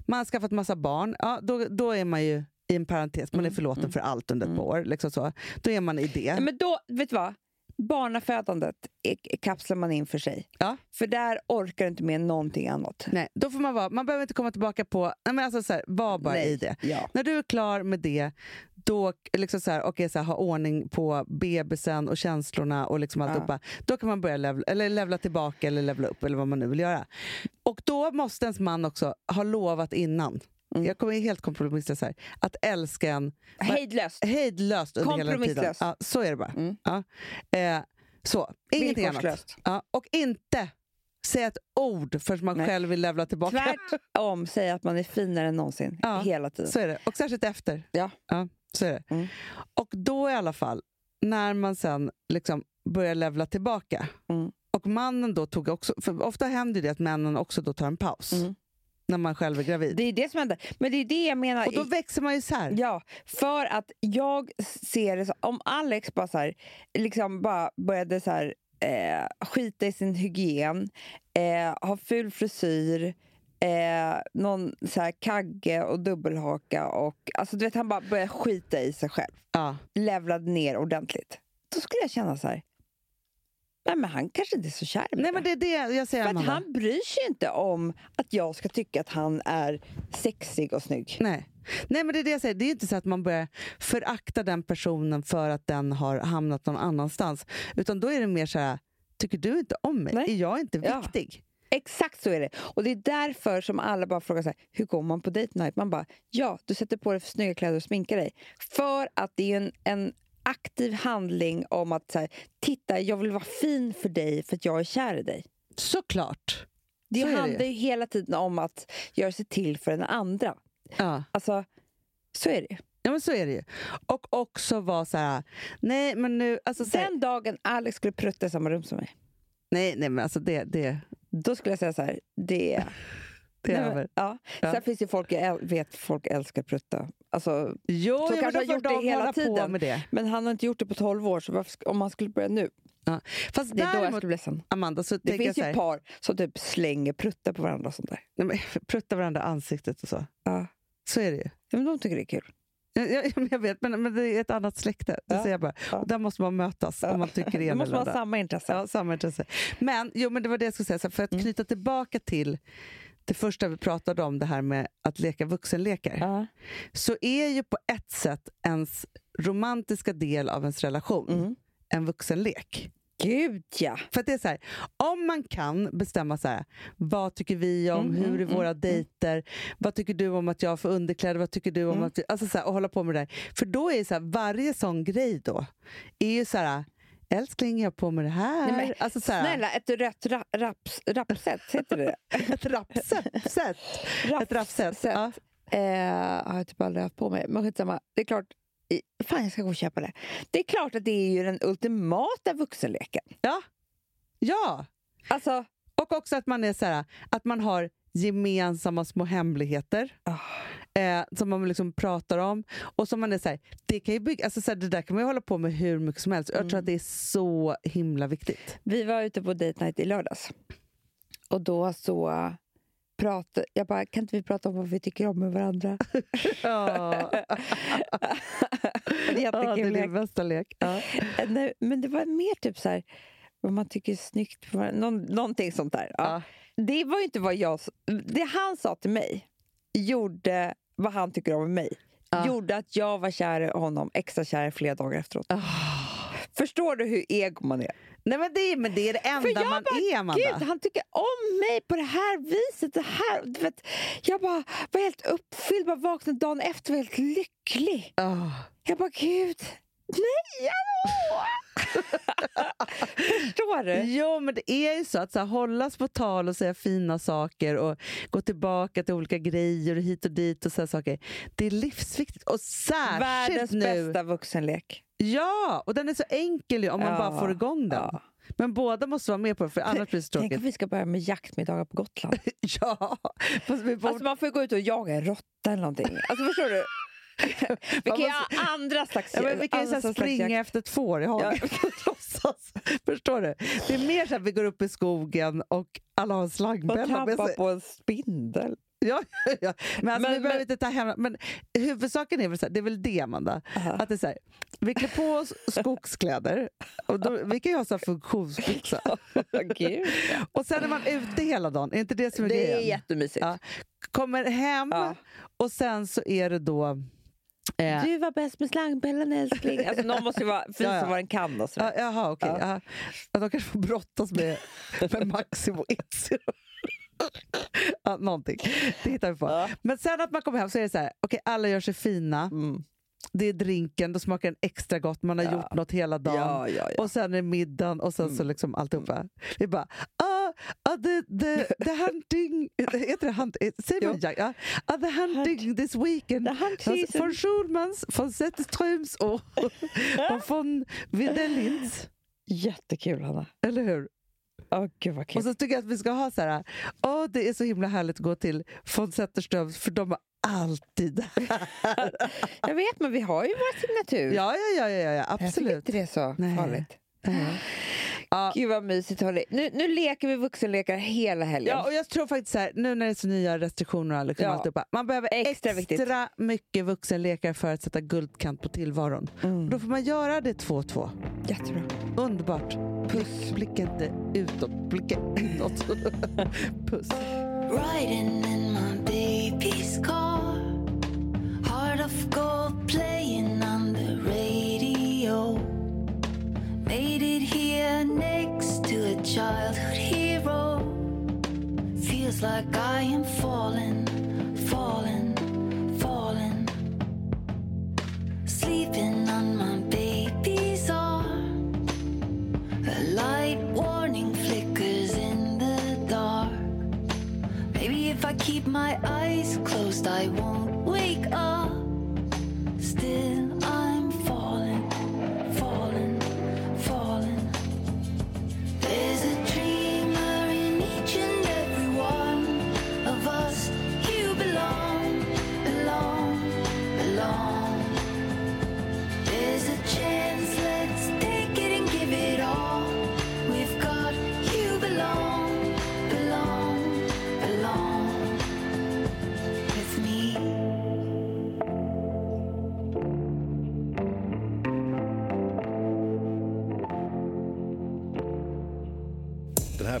Speaker 2: man har skaffat massa barn, ja, då, då är man ju
Speaker 1: Mm,
Speaker 2: i en parentes, man är förlåten för allt under ett par år. Liksom så. Då är man i det.
Speaker 1: Men då, vet du vad? Barnafödandet i- kapslar man in för sig.
Speaker 2: Ja.
Speaker 1: För där orkar du inte med någonting annat.
Speaker 2: Nej, då får man vara, man behöver inte komma tillbaka på, nej men alltså så här, var bara
Speaker 1: Nej.
Speaker 2: i det.
Speaker 1: Ja.
Speaker 2: När du är klar med det, då k- liksom så här, okej, så här, ha ordning på bebisen och känslorna och liksom alltihopa. Då kan man börja levla, eller levla tillbaka eller levla upp eller vad man nu vill göra. Och då måste ens man också ha lovat innan.
Speaker 1: Mm.
Speaker 2: Jag kommer helt kompromisslös här. Att älska en
Speaker 1: Hejdlöst.
Speaker 2: hejdlöst under hela den tiden.
Speaker 1: Kompromisslös.
Speaker 2: Ja, så är det bara.
Speaker 1: Mm.
Speaker 2: Ja. Eh, så, ingenting annat.
Speaker 1: Villkorslöst.
Speaker 2: Ja, och inte säga ett ord förrän man
Speaker 1: Nej.
Speaker 2: själv vill levla tillbaka.
Speaker 1: Tvärtom, säga att man är finare än någonsin.
Speaker 2: Ja.
Speaker 1: Hela tiden.
Speaker 2: Så är det. Och särskilt efter.
Speaker 1: Ja.
Speaker 2: så är det.
Speaker 1: Mm.
Speaker 2: Och då i alla fall, när man sen liksom börjar levla tillbaka
Speaker 1: Mm.
Speaker 2: och mannen då tog också... För ofta händer ju det att männen också då tar en paus
Speaker 1: Mm.
Speaker 2: när man själv är gravid.
Speaker 1: Det är det som händer. Men det är det jag menar.
Speaker 2: och då växer man ju så här.
Speaker 1: Ja, för att jag ser det så, om Alex bara, så här, liksom bara började så här, eh, skita i sin hygien, eh, ha ful frisyr, eh, någon så här kagge och dubbelhaka och alltså du vet han bara började skita i sig själv,
Speaker 2: Ja.
Speaker 1: levlade ner ordentligt. Då skulle jag känna så här, nej men han kanske inte är så kär i mig
Speaker 2: Nej,
Speaker 1: då."
Speaker 2: men det är det jag säger,
Speaker 1: För att
Speaker 2: Amanda.
Speaker 1: han bryr sig inte om att jag ska tycka att han är sexig och snygg.
Speaker 2: Nej. Nej, men det är det jag säger. Det är ju inte så att man börjar förakta den personen för att den har hamnat någon annanstans. Utan då är det mer så här, tycker du inte om mig?
Speaker 1: Nej.
Speaker 2: Är jag inte
Speaker 1: Ja.
Speaker 2: viktig?
Speaker 1: Exakt så är det. Och det är därför som alla bara frågar så här, hur går man på date night? Man bara, ja, du sätter på dig för snygga kläder och sminkar dig. För att det är en, en aktiv handling om att så här, titta, jag vill vara fin för dig för att jag är kär i dig.
Speaker 2: Såklart.
Speaker 1: Det
Speaker 2: Så är det
Speaker 1: handlar ju hela tiden om att göra sig till för den andra.
Speaker 2: Ja.
Speaker 1: Alltså, så är det ju.
Speaker 2: Ja, men så är det ju. Och också vara så här, nej men nu, alltså, så här,
Speaker 1: Den dagen Alex skulle prutta i samma rum som mig,
Speaker 2: nej, nej men alltså det, det,
Speaker 1: då skulle jag säga så här, det är...
Speaker 2: det är
Speaker 1: Nej, men-
Speaker 2: över.
Speaker 1: Ja.
Speaker 2: Ja.
Speaker 1: Sen finns det ju folk, jag äl- vet folk älskar prutta. Alltså,
Speaker 2: Jo,
Speaker 1: Så
Speaker 2: ja, men
Speaker 1: kanske
Speaker 2: då
Speaker 1: har
Speaker 2: får
Speaker 1: gjort det
Speaker 2: de
Speaker 1: hela
Speaker 2: hålla på
Speaker 1: tiden.
Speaker 2: med det.
Speaker 1: men han har inte gjort det på 12 år, så varför, sk- om han skulle börja nu,
Speaker 2: Fast
Speaker 1: det är då jag
Speaker 2: däremot,
Speaker 1: skulle bli ledsen.
Speaker 2: Amanda, så
Speaker 1: Det
Speaker 2: tänker
Speaker 1: finns
Speaker 2: jag så
Speaker 1: ju
Speaker 2: här,
Speaker 1: par som typ slänger pruttar på varandra och sånt där.
Speaker 2: nej, men, prutta varandra i ansiktet och så.
Speaker 1: Ja.
Speaker 2: Så är det ju.
Speaker 1: Ja, Men de tycker det är kul.
Speaker 2: Jag, jag, men jag vet, men, men det är ett annat släkte. Det
Speaker 1: Ja.
Speaker 2: säger jag bara.
Speaker 1: Ja.
Speaker 2: Och där måste man mötas
Speaker 1: Ja.
Speaker 2: om man tycker det
Speaker 1: De
Speaker 2: ena
Speaker 1: måste
Speaker 2: eller
Speaker 1: ha
Speaker 2: andra.
Speaker 1: samma intresse.
Speaker 2: Ja, samma intresse. Men, jo, men det var det jag skulle säga, så här, för att
Speaker 1: Mm.
Speaker 2: knyta tillbaka till det första vi pratade om, det här med att leka vuxenlekar.
Speaker 1: Ja.
Speaker 2: så är ju på ett sätt ens romantiska del av ens relation
Speaker 1: Mm.
Speaker 2: en vuxenlek.
Speaker 1: Gud ja!
Speaker 2: För att det är så här, om man kan bestämma så här, vad tycker vi om,
Speaker 1: Mm,
Speaker 2: hur är
Speaker 1: mm,
Speaker 2: våra dejter, vad tycker du om att jag har för underkläder, vad tycker du om
Speaker 1: Mm.
Speaker 2: att... vi- Alltså så här, och hålla på med det där. För då är det så här, varje sån grej då är ju så här, älskling jag har på med det här.
Speaker 1: Nej, men
Speaker 2: alltså så här,
Speaker 1: Snälla, ett rött ra- raps, rapset, heter det
Speaker 2: Ett rapset. sätt. Ett rapset.
Speaker 1: Rapsset.
Speaker 2: Ja.
Speaker 1: Eh, har jag typ aldrig haft på mig, men skitsamma. Det är klart, i- fan jag ska gå och köpa det. Det är klart att det är ju den ultimata vuxenleken.
Speaker 2: ja,
Speaker 1: Alltså,
Speaker 2: och också att man är så här, att man har gemensamma små hemligheter.
Speaker 1: ah,
Speaker 2: eh, som man liksom pratar om. Och som man är så här, det, kan ju bygga, alltså så här, det där kan man ju hålla på med hur mycket som helst. Jag tror
Speaker 1: Mm.
Speaker 2: att det är så himla viktigt.
Speaker 1: Vi var ute på date night i lördags. Och då så pratade jag bara, kan inte vi prata om vad vi tycker om med varandra?
Speaker 2: Ja,
Speaker 1: Det är
Speaker 2: ja, det är
Speaker 1: jättekul.
Speaker 2: din bästa lek. Ja.
Speaker 1: Eh, Nej, men det var mer typ så här, vad man tycker är snyggt. på varandra. Någon, någonting sånt där. Ja. Det var ju inte vad jag... s- Det han sa till mig gjorde vad han tycker om mig.
Speaker 2: Ja.
Speaker 1: Gjorde att jag var kär i honom, extra kär i flera dagar efteråt.
Speaker 2: Ah.
Speaker 1: Förstår du hur ego man är?
Speaker 2: Nej, men, det, är- men det är det enda
Speaker 1: jag
Speaker 2: man
Speaker 1: bara,
Speaker 2: är, Amanda.
Speaker 1: Gud, han tycker om mig på det här viset. Det här, du vet, jag bara var helt uppfylld, bara vaknade dagen efter och var helt lycklig.
Speaker 2: Ah.
Speaker 1: Jag bara, gud, nej, hallå! Förstår du?
Speaker 2: Jo, men det är ju så att så här, hållas på tal och säga fina saker och gå tillbaka till olika grejer och hit och dit och sådana saker. Det är livsviktigt. Och särskilt
Speaker 1: Världens
Speaker 2: nu.
Speaker 1: bästa vuxenlek.
Speaker 2: Ja, och den är så enkel ju, om man
Speaker 1: Ja,
Speaker 2: bara får igång den.
Speaker 1: ja.
Speaker 2: Men båda måste vara med på det, för annars blir det så
Speaker 1: Tänk
Speaker 2: tråkigt.
Speaker 1: om vi ska börja med jaktmiddagar på Gotland.
Speaker 2: Ja, fast vi borde...
Speaker 1: Alltså man får ju gå ut och jaga en råtta eller någonting. Alltså förstår du? Vi kan ju ha andra slags
Speaker 2: ja, men vi kan ju
Speaker 1: andra
Speaker 2: Alltså, så här
Speaker 1: slags jakt.
Speaker 2: springa efter ett får i hagen. Låtsas. Förstår du? Det är mer så att vi går upp i skogen och alla har en
Speaker 1: och
Speaker 2: slangbella med
Speaker 1: trampa
Speaker 2: sig.
Speaker 1: på en spindel.
Speaker 2: Ja, ja. Men, alltså,
Speaker 1: Men-
Speaker 2: vi behöver
Speaker 1: men-
Speaker 2: inte ta hem... Men huvudsaken är väl, så här, det är väl det, Amanda.
Speaker 1: Ja.
Speaker 2: Att det är så här, Vi klär på oss skogskläder, och då, vi kan ju ha så här funktionsbyxa.
Speaker 1: Gud.
Speaker 2: Och sen är man ute hela dagen, är inte det som är
Speaker 1: Det är
Speaker 2: grejen?
Speaker 1: jättemysigt.
Speaker 2: Ja. Kommer hem
Speaker 1: Ja.
Speaker 2: och sen så är det då... Eh,
Speaker 1: Du var bäst med slangpellen älskling. Alltså, någon måste ju vara visa
Speaker 2: Ja, ja.
Speaker 1: vad den kan. Då,
Speaker 2: ja, jaha, okej.
Speaker 1: Ja.
Speaker 2: Ja. Ja. De kanske får brottas med, med Maximo Itzio. ja, någonting. Det hittar vi på.
Speaker 1: Ja.
Speaker 2: Men sen att man kommer hem så är det så här, okej alla gör sig fina,
Speaker 1: Mm.
Speaker 2: det är drinken, då smakar den extra gott, man har
Speaker 1: Ja.
Speaker 2: gjort något hela dagen.
Speaker 1: ja, Mm. ja, ja.
Speaker 2: Och sen är middagen och sen så liksom alltihopa. Vi bara, ah, ah, the, the, the hunting, heter det hunt, eh, säger man
Speaker 1: Jo.
Speaker 2: jag? Ja. Ah, the hunting this weekend.
Speaker 1: Det hann
Speaker 2: Alltså,
Speaker 1: season.
Speaker 2: Von Schulmans, von Zetterströms och, och von Widerlins.
Speaker 1: Jättekul Hanna.
Speaker 2: Eller hur?
Speaker 1: Åh gud vad
Speaker 2: Och
Speaker 1: kul.
Speaker 2: så tycker jag att vi ska ha så här, åh det är så himla härligt att gå till von Zetterströms för de har alltid det
Speaker 1: Mm.
Speaker 2: här.
Speaker 1: Jag vet men vi har ju vår signatur.
Speaker 2: Ja, ja, ja, ja, ja
Speaker 1: Jag tycker
Speaker 2: absolut.
Speaker 1: inte det är så
Speaker 2: Nej.
Speaker 1: farligt.
Speaker 2: Ja. Ja.
Speaker 1: Gud vad mysigt hörni. Nu, nu leker vi vuxenlekar hela helgen.
Speaker 2: Ja, och jag tror faktiskt så här, nu när det är så nya restriktioner och liksom
Speaker 1: Ja.
Speaker 2: alltihopa, man behöver extra,
Speaker 1: Extra viktigt.
Speaker 2: mycket vuxenlekar för att sätta guldkant på tillvaron. Och
Speaker 1: Mm.
Speaker 2: Då får man göra det 2-2.
Speaker 1: Jättebra.
Speaker 2: Underbart. Puss. Blicka inte utåt, blicka inåt. Puss.
Speaker 7: Riding in my baby's car. Heart of gold playing on the radio. Made it here next to a childhood hero. Feels like I am falling, falling, falling. Sleeping on my baby's arm. A light warning flickers in the dark. Maybe if I keep my eyes closed, I won't wake up. Still, I'm falling, falling, falling. There's a dreamer in each and every one of us. You belong, belong, belong. There's a chance, let's take it and give it all. We've got you belong, belong, belong with me.
Speaker 8: Den här